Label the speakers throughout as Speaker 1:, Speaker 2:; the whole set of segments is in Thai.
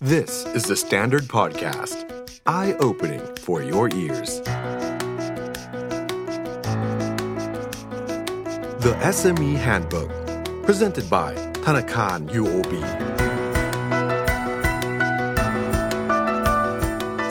Speaker 1: This is the Standard Podcast. Eye opening for your ears. The SME Handbook, presented by Tanakan UOB.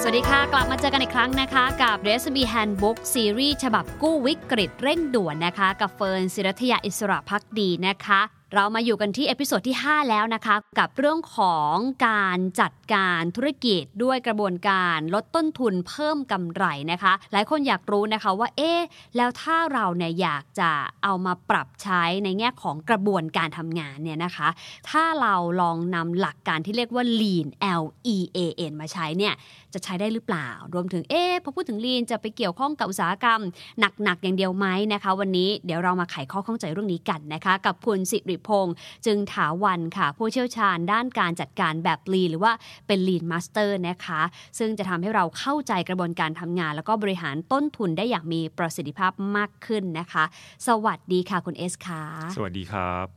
Speaker 2: สวัสดีค่ะ กลับมาเจอกันอีกครั้งนะคะ กับ Recipe Handbook ซีรีส์ฉบับกู้วิกฤตเร่งด่วนนะคะ กับเฟิร์นศิรัทยาอิสระพักดีนะคะ เรามาอยู่กันที่เอพิโซดที่ 5 แล้วนะคะ กับเรื่องของการจัดการธุรกิจด้วยกระบวนการลดต้นทุนเพิ่มกำไรนะคะ หลายคนอยากรู้นะคะว่าเอ๊ะแล้วถ้าเราเนี่ยอยากจะเอามาปรับใช้ในแง่ของกระบวนการทำงานเนี่ยนะคะ ถ้าเราลองนำหลักการที่เรียกว่า Lean L E A N มาใช้เนี่ย จะใช้ได้หรือเปล่า รวมถึง เอ๊ะพอพูดถึงลีนจะไปเกี่ยวข้องกับอุตสาหกรรม หนัก ๆ อย่างเดียวไหมนะคะ วันนี้เดี๋ยวเรามาไขข้อข้องใจเรื่องนี้กันนะคะ กับคุณสิริพงษ์จึงถาวันค่ะ ผู้เชี่ยวชาญด้านการจัดการแบบลีนหรือว่าเป็นลีนมาสเตอร์นะคะ ซึ่งจะทำให้เราเข้าใจกระบวนการทำงาน แล้วก็บริหารต้นทุนได้อย่างมีประสิทธิภาพมากขึ้นนะคะ สวัสดีค่ะคุณเอสค่ะ
Speaker 3: สวัสดีครับ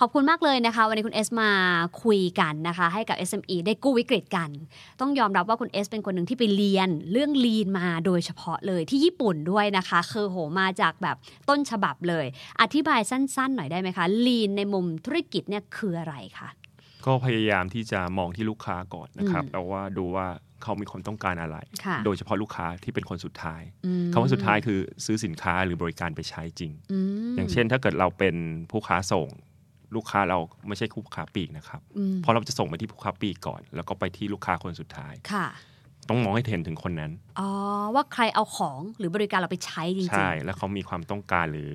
Speaker 2: ขอบคุณมากเลยนะคะ วันนี้คุณเอสมาคุยกันนะคะ ให้กับ SME ได้กู้วิกฤตกัน ต้องยอมรับว่าคุณเอสเป็นคนหนึ่งที่ไปเรียนเรื่องลีนมาโดยเฉพาะเลยที่ญี่ปุ่นด้วยนะคะคือโหมาจากแบบต้นฉบับเลย อธิบายสั้นๆ หน่อยได้ไหมคะลีนในมุมธุรกิจเนี่ยคืออะไรคะ
Speaker 3: ก็พยายามที่จะมองที่ลูกค้าก่อนนะครับ
Speaker 2: อืม
Speaker 3: แล้วว่าดูว่าเขามีความต้องการอะไร
Speaker 2: ค่ะ
Speaker 3: โดยเฉพาะลูกค้าที่เป็นคนสุดท้าย
Speaker 2: อืม
Speaker 3: คำว่าสุดท้ายคือซื้อสินค้าหรือบริการไปใช้จริง
Speaker 2: ม
Speaker 3: อย่างเช่น ถ้าเกิดเราเป็นผู้ค้าส่ง ลูกค้าเราไม่ใช่ผู้ค้าปลีกนะครับ
Speaker 2: อืม
Speaker 3: เพราะเราจะส่งไปที่ผู้ค้าปลีกก่อน แล้วก็ไปที่ลูกค้าคนสุดท้าย
Speaker 2: ค่ะ
Speaker 3: ต้องมองให้เห็นถึงคนนั้น
Speaker 2: อ๋อว่าใครเอาของหรือบริการเราไปใช้จริงๆ
Speaker 3: ใช่แล้วเขามีความต้องการหรือ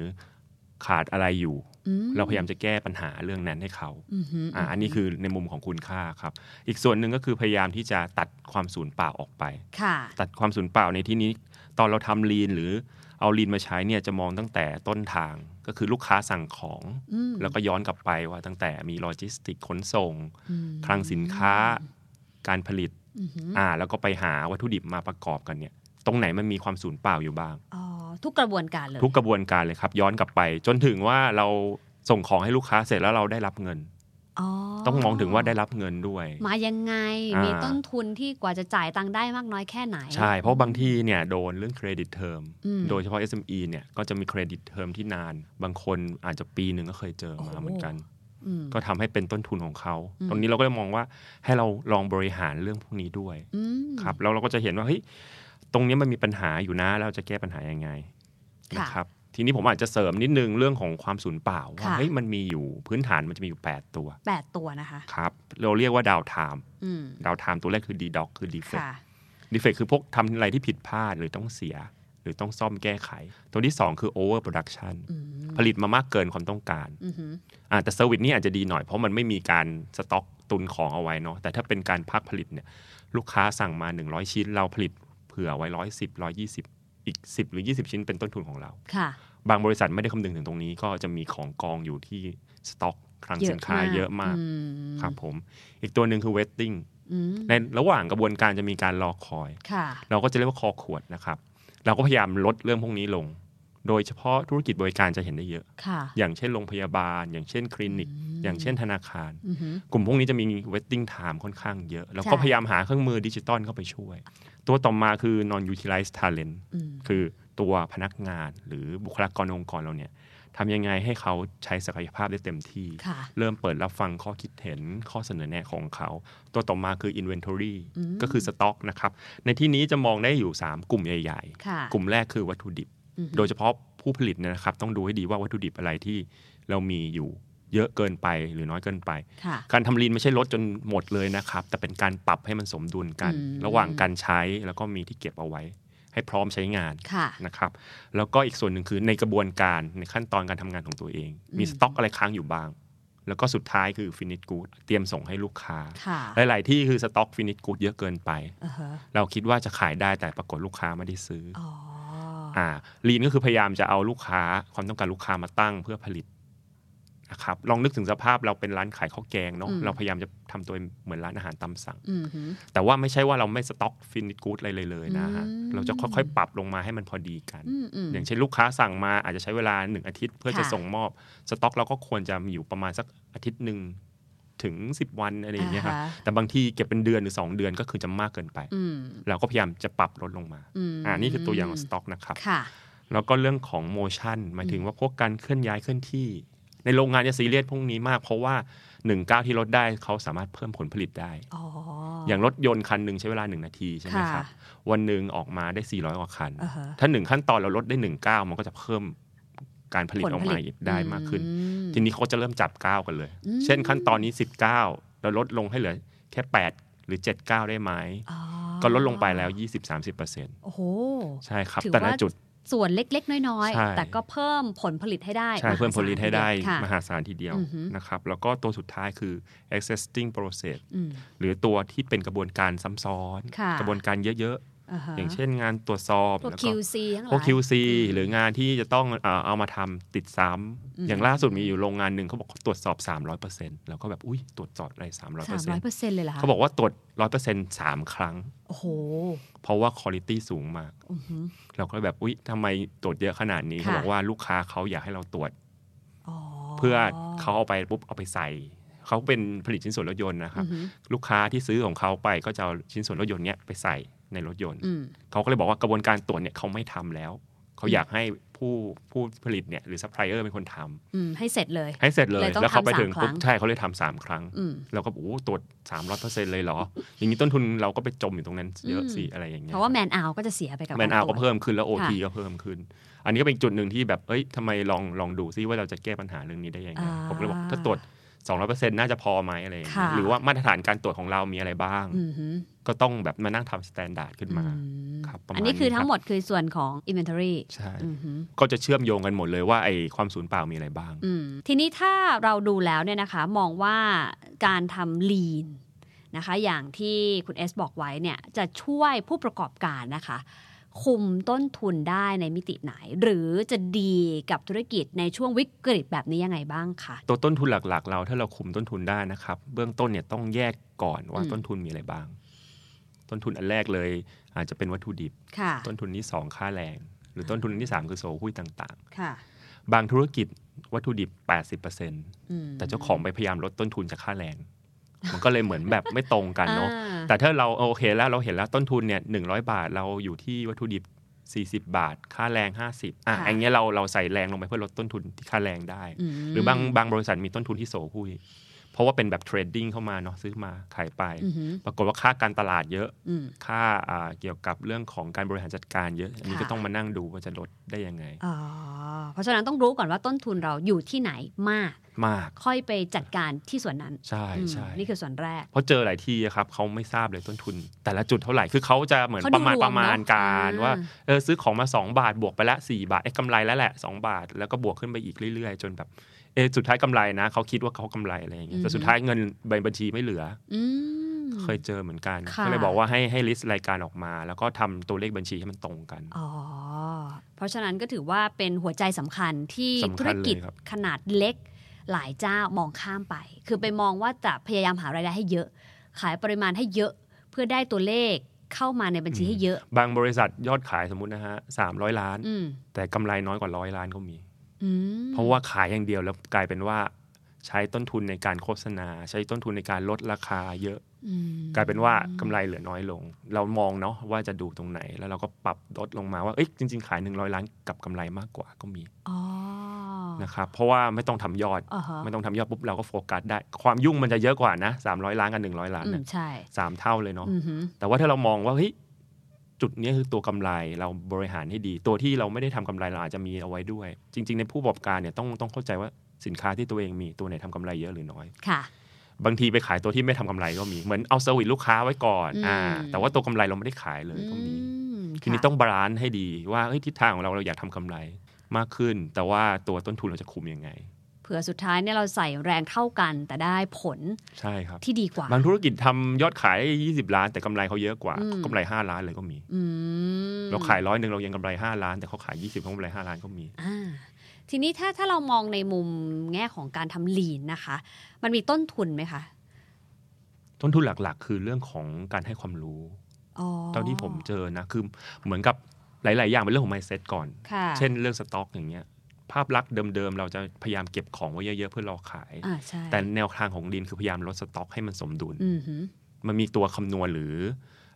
Speaker 3: ขาดอะไรอยู่
Speaker 2: อืม
Speaker 3: เราพยายามจะแก้ปัญหาเรื่องนั้นให้เขา
Speaker 2: อืมฮึ
Speaker 3: อ่าอันนี้คือในมุมของคุณค่าครับ อีกส่วนหนึ่งก็คือพยายามที่จะตัดความสูญเปล่าออกไป
Speaker 2: ค่ะ
Speaker 3: ตัดความสูญเปล่าในที่นี้ ตอนเราทำลีนหรือเอาลีนมาใช้เนี่ยจะมองตั้งแต่ต้นทางก็คือลูกค้าสั่งของ
Speaker 2: อืม
Speaker 3: แล้วก็ย้อนกลับไปว่าตั้งแต่มีโลจิสติกขนส่ง
Speaker 2: อืม
Speaker 3: คลังสินค้า การผลิต
Speaker 2: อืมฮึ
Speaker 3: อ่าแล้วก็ไปหาวัตถุดิบมาประกอบกันเนี่ยตรงไหนมันมีความสูญเปล่าอยู่บ้าง
Speaker 2: อ๋อทุกกระบวนการเลย
Speaker 3: ทุกกระบวนการเลยครับย้อนกลับไป จนถึงว่าเราส่งของให้ลูกค้าเสร็จแล้วเราได้รับเงิน
Speaker 2: อ๋อ
Speaker 3: ต้องมองถึงว่าได้รับเงินด้วย
Speaker 2: มายังไง
Speaker 3: อ่ามี
Speaker 2: มีต้นทุนที่กว่าจะจ่ายตังค์ได้มากน้อยแค่ไหน
Speaker 3: ใช่ เพราะบางที่เนี่ยโดนเรื่องเครดิตเทอม
Speaker 2: อืม
Speaker 3: โดยเฉพาะ SME เนี่ยก็จะมีเครดิตเทอมที่นาน บางคนอาจจะปีหนึ่งก็เคยเจอมา
Speaker 2: โอ้โห
Speaker 3: เหมือนกัน
Speaker 2: อืม
Speaker 3: ก็ทำให้เป็นต้นทุนของเขา
Speaker 2: อืม
Speaker 3: ตรงนี้เราก็เลยมองว่าให้เราลองบริหารเรื่องพวกนี้ด้วย
Speaker 2: อืม
Speaker 3: ครับแล้วเราก็จะเห็นว่าเฮ้ยตรงนี้มันมีปัญหาอยู่นะแล้วเราจะแก้ปัญหายังไง
Speaker 2: ค่ะ
Speaker 3: นะครับทีนี้ผมอาจจะเสริมนิดนึงเรื่องของความสูญเปล่าว่า
Speaker 2: ค่ะ
Speaker 3: เฮ้ยมันมีอยู่พื้นฐานมันจะมีอยู่ 8 ตัว
Speaker 2: แปดตัวนะคะ
Speaker 3: ครับเราเรียกว่าดาวไทม์
Speaker 2: อืม
Speaker 3: ดาวไทม์ตัวแรกคือดีด็อกคือดีเฟ
Speaker 2: ค่ะ
Speaker 3: ดีเฟกคือพวกทำอะไรที่ผิดพลาดหรือต้องเสีย หรือต้องซ่อมแก้ไข ตัวที่ 2 คือ over production
Speaker 2: อืม
Speaker 3: ผลิตมามากเกินความต้องการ
Speaker 2: อือหือ
Speaker 3: อ่าแต่เซอร์วิสนี่อาจจะดีหน่อยเพราะมันไม่มีการสต็อกตุนของเอาไว้เนาะแต่ถ้าเป็นการพักผลิตเนี่ยลูกค้าสั่งมา 100 ชิ้น เราผลิตเผื่อไว้ 110 120 อีก 10 หรือ 20 ชิ้นเป็นต้นทุนของเรา
Speaker 2: ค่ะ
Speaker 3: บางบริษัทไม่ได้คำนึงถึงตรงนี้ก็จะมีของกองอยู่ที่สต็อกคลังสินค้าเยอะมาก
Speaker 2: อืม
Speaker 3: ครับผมอีกตัวหนึ่งคือ waiting
Speaker 2: อืม
Speaker 3: ในระหว่างกระบวนการจะมีการรอคอย
Speaker 2: ค่ะ
Speaker 3: เราก็จะเรียกว่าคอขวดนะครับ เราก็พยายามลดเรื่องพวกนี้ลง โดยเฉพาะธุรกิจบริการจะเห็นได้เยอะ
Speaker 2: ค่ะ
Speaker 3: อย่างเช่นโรงพยาบาล อย่างเช่นคลินิก อย่างเช่นธนาคาร
Speaker 2: อือหือก
Speaker 3: ลุ่มพวกนี้จะมี waiting time ค่อนข้างเยอะ แล้วก็
Speaker 2: ใช่
Speaker 3: พยายามหาเครื่องมือดิจิตอลเข้าไปช่วย ตัวต่อมาคือ non utilized talent
Speaker 2: อืม
Speaker 3: คือตัวพนักงานหรือบุคลากรองค์กรเราเนี่ยทำยังไงให้เขาใช้ศักยภาพได้เต็มที่
Speaker 2: ค่ะ
Speaker 3: เริ่มเปิดรับฟังข้อคิดเห็นข้อเสนอแนะของเขา ตัวต่อมาคือ inventory ก็คือสต็อกนะครับ ในที่นี้จะมองได้อยู่ 3 กลุ่มใหญ่
Speaker 2: ค่ะ
Speaker 3: ๆ กลุ่มแรกคือวัตถุดิบ
Speaker 2: อือหือ
Speaker 3: โดยเฉพาะผู้ผลิตเนยนะครับ ต้องดูให้ดีว่าวัตถุดิบอะไรที่เรามีอยู่เยอะเกินไปหรือน้อยเกินไป
Speaker 2: ค่ะ
Speaker 3: การทำลีนไม่ใช่ลดจนหมดเลยนะครับ แต่เป็นการปรับให้มันสมดุลกัน
Speaker 2: อืม
Speaker 3: ระหว่างการใช้แล้วก็มีที่เก็บเอาไว้ ให้พร้อมใช้งาน
Speaker 2: ค่ะ
Speaker 3: นะครับแล้วก็อีกส่วนหนึ่งคือในกระบวนการในขั้นตอนการทำงานของตัวเอง มี
Speaker 2: อืม
Speaker 3: สต็อกอะไรค้างอยู่บ้าง แล้วก็สุดท้ายคือฟินิ g กู d เตรียมส่งให้ลูกค้า
Speaker 2: ค่ะ
Speaker 3: หลาย ๆ ที่คือสต็อกฟินิ g กู d เยอะเกินไป
Speaker 2: อือฮะ
Speaker 3: เราคิดว่าจะขายได้แต่ปรากฏลูกค้าไม่ได้ซื้อ
Speaker 2: อ๋อ
Speaker 3: อ่าลีนก็คือพยายามจะเอาลูกค้าความต้องการลูกค้ามาตั้งเพื่อผลิตนะครับลองนึกถึงสภาพเราเป็นร้านขายข้าวแกงเนาะเราพยายามจะทำตัวเหมือนร้านอาหารตามสั่ง
Speaker 2: อือหือ
Speaker 3: แต่ว่าไม่ใช่ว่าเราไม่สต็อกฟินิ g กูดอะไรเลยเลยนะฮะ
Speaker 2: อืม
Speaker 3: เราจะค่อย ๆ ปรับลงมาให้มันพอดีกัน
Speaker 2: อืมอืม
Speaker 3: อย่างเช่นลูกค้าสั่งมาอาจจะใช้เวลา 1 อาทิตย์เพื่อ
Speaker 2: ค่ะ
Speaker 3: จะส่งมอบ สต็อกเราก็ควรจะมีอยู่ประมาณสักอาทิตย์หนึ่ง ถึง 10 วันอะไรอย่างเงี้ยครับ
Speaker 2: อ่าฮะ
Speaker 3: แต่บางทีเก็บเป็นเดือนหรือ 2 เดือนก็คือจะมากเกินไป
Speaker 2: อืม
Speaker 3: เราก็พยายามจะปรับลดลงมา
Speaker 2: อืม
Speaker 3: อ่านี่คือตัวอย่างของสต็อกนะครับ
Speaker 2: ค่ะ
Speaker 3: แล้วก็เรื่องของโมชันหมายถึงว่าพวกการเคลื่อนย้ายเคลื่อนที่ ในโรงงานจะซีเรียสพวกนี้มาก เพราะว่าหนึ่งก้าวที่ลดได้เขาสามารถเพิ่มผลผลิตได้
Speaker 2: อ๋อ
Speaker 3: อ
Speaker 2: อ
Speaker 3: ย่างรถยนต์คันหนึ่งใช้เวลา 1 นาทีใช่ไหมครับ
Speaker 2: ค่ะ
Speaker 3: วันหนึ่งออกมาได้ 400กว่าคัน
Speaker 2: อ่าฮะ
Speaker 3: ถ้า 1 ขั้นตอนเราลดได้1ก้าวมันก็จะเพิ่มการผลิตออกมาอีกได้มากขึ้น
Speaker 2: อืม
Speaker 3: ทีนี้เขาจะเริ่มจับก้าวกันเลย
Speaker 2: อืม
Speaker 3: เช่นขั้นตอนนี้ 19 เราลดลงให้เหลือแค่ 8 หรือ 7 ก้าวได้ไหม
Speaker 2: อ๋อ
Speaker 3: ก็ลดลงไปแล้ว 20-30%
Speaker 2: โอ้โห
Speaker 3: ใช่ครับ
Speaker 2: ถือ
Speaker 3: แต่ละ
Speaker 2: ว่า
Speaker 3: จุด
Speaker 2: ส่วนเล็กๆ น้อย
Speaker 3: ใช่
Speaker 2: ๆ แต่ก็เพิ่มผลผลิตให้ได้
Speaker 3: ใช่
Speaker 2: หาศา
Speaker 3: เพิ่มผลผลิตให้ได้
Speaker 2: ค่ะ
Speaker 3: มหาศาลทีเดียว
Speaker 2: อือหือ
Speaker 3: นะครับแล้วก็ตัวสุดท้ายคือ existing process
Speaker 2: อืม
Speaker 3: หรือตัวที่เป็นกระบวนการซ้ำซ้อน
Speaker 2: ค่ะ
Speaker 3: กระบวนการเยอะ
Speaker 2: อ่าฮะ
Speaker 3: ๆ อย่างเช่นงานตรวจสอบ
Speaker 2: พวก
Speaker 3: แล้วก็
Speaker 2: QC ทั้งหลาย
Speaker 3: พวก QC หรืองานที่จะต้องเอ่อเอามาทำติดซ้ำ
Speaker 2: อืม
Speaker 3: อย่างล่าสุดมีอยู่โรงงานหนึ่งเขาบอกตรวจสอบ 300%แล้วก็แบบ อุ้ยตรวจสอบอะไร
Speaker 2: สามร้อย
Speaker 3: 300%
Speaker 2: เปอร์เซ็นต์เลยเหรอคะ
Speaker 3: เขาบอกว่าตรวจ 100% 3 ครั้ง
Speaker 2: โอ้โห
Speaker 3: เพราะว่าคุณภาพสูงมาก
Speaker 2: อื้อหือ
Speaker 3: เราก็แบบอุ้ยทำไมตรวจเยอะขนาดนี้
Speaker 2: ค่ะ
Speaker 3: เขาบอกว่าลูกค้าเขาอยากให้เราตรวจ
Speaker 2: อ๋อ
Speaker 3: เพื่อเขาเอาไปปุ๊บเอาไปใส่ เขาเป็นผลิตชิ้นส่วนรถยนต์นะครับ
Speaker 2: อือหือ
Speaker 3: ลูกค้าที่ซื้อของเขาไปก็จะเอาชิ้นส่วนรถยนต์เนี้ยไปใส่ในรถยนต์
Speaker 2: อืม
Speaker 3: เขาก็เลยบอกว่ากระบวนการตรวจเนี่ยเขาไม่ทำแล้ว เขาอยากให้ผู้ผู้ผลิตเนี่ยหรือซัพพลายเออร์เป็นคนทำ
Speaker 2: อืม ให้เสร็จเลย
Speaker 3: ให้เสร็จเลย
Speaker 2: เลยต้อง
Speaker 3: แล้วเขาไปถึง
Speaker 2: ทำสามครั้
Speaker 3: ปุ๊บ
Speaker 2: ง
Speaker 3: ใช่เขาเลยทำสามครั้ง
Speaker 2: อืม
Speaker 3: เราก็บอกโอ้ตรวจสามร้อยเปอร์เซ็นต์เลยเหรอ อย่างนี้ต้นทุนเราก็ไปจมอยู่ตรงนั้นเยอะสิ
Speaker 2: อืม
Speaker 3: อะไรอย่างเงี้ย
Speaker 2: เพราะว่าแมนเอาก็จะเสียไปกับ
Speaker 3: แมนเอา
Speaker 2: รตรวจ
Speaker 3: ก็เพิ่มขึ้นแล้วโอที
Speaker 2: ค่ะ
Speaker 3: ก็เพิ่มขึ้น อันนี้ก็เป็นจุดหนึ่งที่แบบเอ้ยทำไมลองลองดูซิว่าเราจะแก้ปัญหาเรื่องนี้ได้ยังไง
Speaker 2: อ่า
Speaker 3: ผมก็เลยบอกถ้าตรวจสองร้อยเปอร์เซ็นต์น่าจะพอไหมอะไรอย่างเงี้ย
Speaker 2: ค่ะ
Speaker 3: หรือว่ามาตรฐานการตรวจของเรามีอะไรบ้าง
Speaker 2: อือหือ
Speaker 3: ก็ต้องแบบมานั่งทำสแตนดาร์ดขึ้นมา
Speaker 2: อืม
Speaker 3: ครับประมาณ
Speaker 2: อันนี้คือ
Speaker 3: นี้ครับ
Speaker 2: ทั้งหมดคือส่วนของ inventory
Speaker 3: ใช่
Speaker 2: อือหือ
Speaker 3: ก็จะเชื่อมโยงกันหมดเลยว่าไอ้ความสูญเปล่ามีอะไรบ้าง
Speaker 2: อืมทีนี้ถ้าเราดูแล้วเนี่ยนะคะมองว่าการทำ lean นะคะอย่างที่คุณเอสบอกไว้เนี่ยจะช่วยผู้ประกอบการนะคะ คุมต้นทุนได้ในมิติไหน หรือจะดีกับธุรกิจในช่วงวิกฤตแบบนี้ยังไงบ้างคะ
Speaker 3: ตัวต้นทุนหลักๆ เราถ้าเราคุมต้นทุนได้นะครับ เบื้องต้นเนี่ยต้องแยกก่อนว่า
Speaker 2: อืม
Speaker 3: ต้นทุนมีอะไรบ้าง ต้นทุนอันแรกเลย อาจจะเป็นวัตถุดิบ
Speaker 2: ค่ะ
Speaker 3: ต้นทุนที่สองค่าแรง หรือต้นทุนที่สามคือโซหุ้ยต่าง
Speaker 2: ค่ะ
Speaker 3: ๆ บางธุรกิจวัตถุดิบ 80%
Speaker 2: อืม
Speaker 3: แต่เจ้าของไปพยายามลดต้นทุนจากค่าแรง มันก็เลยเหมือนแบบไม่ตรงกันเนาะ
Speaker 2: อ่
Speaker 3: แต่ถ้าเราโอเคแล้วเราเห็นแล้วต้นทุนเนี่ยหนึ่งบาทเราอยู่ที่วัตถุดิบ 40 บาท ค่าแรง 50อ่ะอย่างเงี้ยเราเราใส่แรงลงไปเพื่อลดต้นทุนที่ค่าแรงได้
Speaker 2: ม
Speaker 3: หรือบางบางบริษัทมีต้นทุนที่โสหุ้ยเพราะว่าเป็นแบบเทรดดิ้งเข้ามาเนาะซื้อมาขายไป
Speaker 2: อือหือ
Speaker 3: ปรากฏว่าค่าการตลาดเยอะ
Speaker 2: อืม
Speaker 3: ค่าอ่าเกี่ยวกับเรื่องของการบริหารจัดการเยอะ อันนี้
Speaker 2: ค่ะ
Speaker 3: ก็ต้องมานั่งดูว่าจะลดได้ยังไง
Speaker 2: อ๋อเพราะฉะนั้นต้องรู้ก่อนว่าต้นทุนเราอยู่ที่ไหนมาก
Speaker 3: มาก
Speaker 2: ค่อยไปจัดการที่ส่วนนั้น
Speaker 3: ใช่
Speaker 2: อืม
Speaker 3: ใช่
Speaker 2: นี่คือส่วนแรก
Speaker 3: เพราะเจอหลายที่อะครับเขาไม่ทราบเลยต้นทุน แต่ละจุดเท่าไหร่คือเขาจะเหมือน
Speaker 2: เขา
Speaker 3: ป
Speaker 2: ดู
Speaker 3: ระมาณ
Speaker 2: รวม
Speaker 3: ประมาณ
Speaker 2: เนอะ
Speaker 3: การ
Speaker 2: อ่า
Speaker 3: ว่าเออซื้อของมา 2 บาทบวกไปละ 4 บาทเอ้ยกำไรแล้วแหละ 2 บาท แล้วก็บวกขึ้นไปอีกเรื่อยๆ จนแบบเออสุดท้ายกำไรนะเขาคิดว่าเขากำไรอะไรอย่างเงี้ยแต่สุดท้ายเงินในบัญชีไม่เหลือ
Speaker 2: อืม
Speaker 3: เคยเจอเหมือนกัน
Speaker 2: ค่ะ
Speaker 3: ก็เลยบอกว่าให้ให้ list รายการออกมา แล้วก็ทำตัวเลขบัญชีให้มันตรงกัน
Speaker 2: อ๋อ เพราะฉะนั้นก็ถือว่าเป็นหัวใจสำคัญที่
Speaker 3: สำคัญ
Speaker 2: ธุรกิจ
Speaker 3: เลยครับ
Speaker 2: ขนาดเล็กหลายเจ้ามองข้ามไป คือไปมองว่าจะพยายามหารายได้ให้เยอะ ขายปริมาณให้เยอะเพื่อได้ตัวเลขเข้ามาในบัญชีให้เยอะ
Speaker 3: บางบริษัทยอดขายสมมตินะฮะสามร้อยล้าน
Speaker 2: อืม
Speaker 3: แต่กำไรน้อยกว่าร้อยล้านก็มี
Speaker 2: อืม
Speaker 3: เพราะว่าขายอย่างเดียวแล้วกลายเป็นว่า ใช้ต้นทุนในการโฆษณา ใช้ต้นทุนในการลดราคาเยอะ
Speaker 2: อืม
Speaker 3: กลายเป็นว่ากำไรเหลือน้อยลง เรามองเนาะว่าจะดูตรงไหน แล้วเราก็ปรับลดลงมาว่าเอ้ยจริง ๆ ขาย 100 ล้านกับกำไรมากกว่าก็มี
Speaker 2: อ๋อ
Speaker 3: นะครับเพราะว่าไม่ต้องทำยอด
Speaker 2: อ่าฮะ
Speaker 3: ไม่ต้องทำยอดปุ๊บเราก็โฟกัสได้ ความยุ่งมันจะเยอะกว่านะ300 ล้านกับ100 ล้าน
Speaker 2: อื
Speaker 3: เนี่
Speaker 2: ม
Speaker 3: ย
Speaker 2: ใช่
Speaker 3: สามเท่าเลยเนาะ
Speaker 2: อือหือ
Speaker 3: แต่ว่าถ้าเรามองว่าเฮ้ยจุดเนี้ยคือตัวกำไรเราบริหารให้ดี ตัวที่เราไม่ได้ทำกำไรเราอาจจะมีเอาไว้ด้วย จริง ๆ ในผู้ประกอบการเนี่ยต้องต้องเข้าใจว่าสินค้าที่ตัวเองมีตัวไหนทำกำไรเยอะหรือน้อย
Speaker 2: ค่ะ
Speaker 3: บางทีไปขายตัวที่ไม่ทำกำไรก็มี เหมือนเอาเซอร์วิสลูกค้าไว้ก่อน
Speaker 2: อืม
Speaker 3: อ่าแต่ว่าตัวกำไรเราไม่ได้ขายเลยก็มี
Speaker 2: ม
Speaker 3: ทีนี้
Speaker 2: ค่ะ
Speaker 3: ต้องบาลานซ์ให้ดีว่าเฮ้ยทิศทางของเราเราอยากทำกำไรมากขึ้น แต่ว่าตัวต้นทุนเราจะคุมยังไง
Speaker 2: เผื่อสุดท้ายเนี่ยเราใส่แรงเท่ากันแต่ได้ผล
Speaker 3: ใช่ครับ
Speaker 2: ที่ดีกว่า
Speaker 3: บางธุรกิจทำยอดขาย 20 ล้าน แต่กำไรเขาเยอะกว่า
Speaker 2: อืม
Speaker 3: กำไร 5 ล้านเลยก็มี
Speaker 2: อืม
Speaker 3: เราขายร้อยหนึ่งเรายังกำไร 5 ล้าน แต่เขาขาย 20เขากำไร 5 ล้านก็มี
Speaker 2: อ่าทีนี้ถ้าถ้าเรามองในมุมแง่ของการทำลีนนะคะ มันมีต้นทุนไหมคะ
Speaker 3: ต้นทุนหลักๆ คือเรื่องของการให้ความรู้
Speaker 2: อ๋อ
Speaker 3: เท่าที่ผมเจอนะ คือเหมือนกับหลาย ๆ อย่างเป็นเรื่องของ mindset ก่อน
Speaker 2: ค่ะ
Speaker 3: เช่นเรื่องสต็อกอย่างเงี้ย ภาพลักษณ์เดิมๆ เราจะพยายามเก็บของไว้เยอะๆ เพื่อรอขาย
Speaker 2: อ่าใช่
Speaker 3: แต่แนวทางของดินคือพยายามลดสต็อกให้มันสมดุล
Speaker 2: อืมฮึ
Speaker 3: มันมีตัวคำนวณหรือ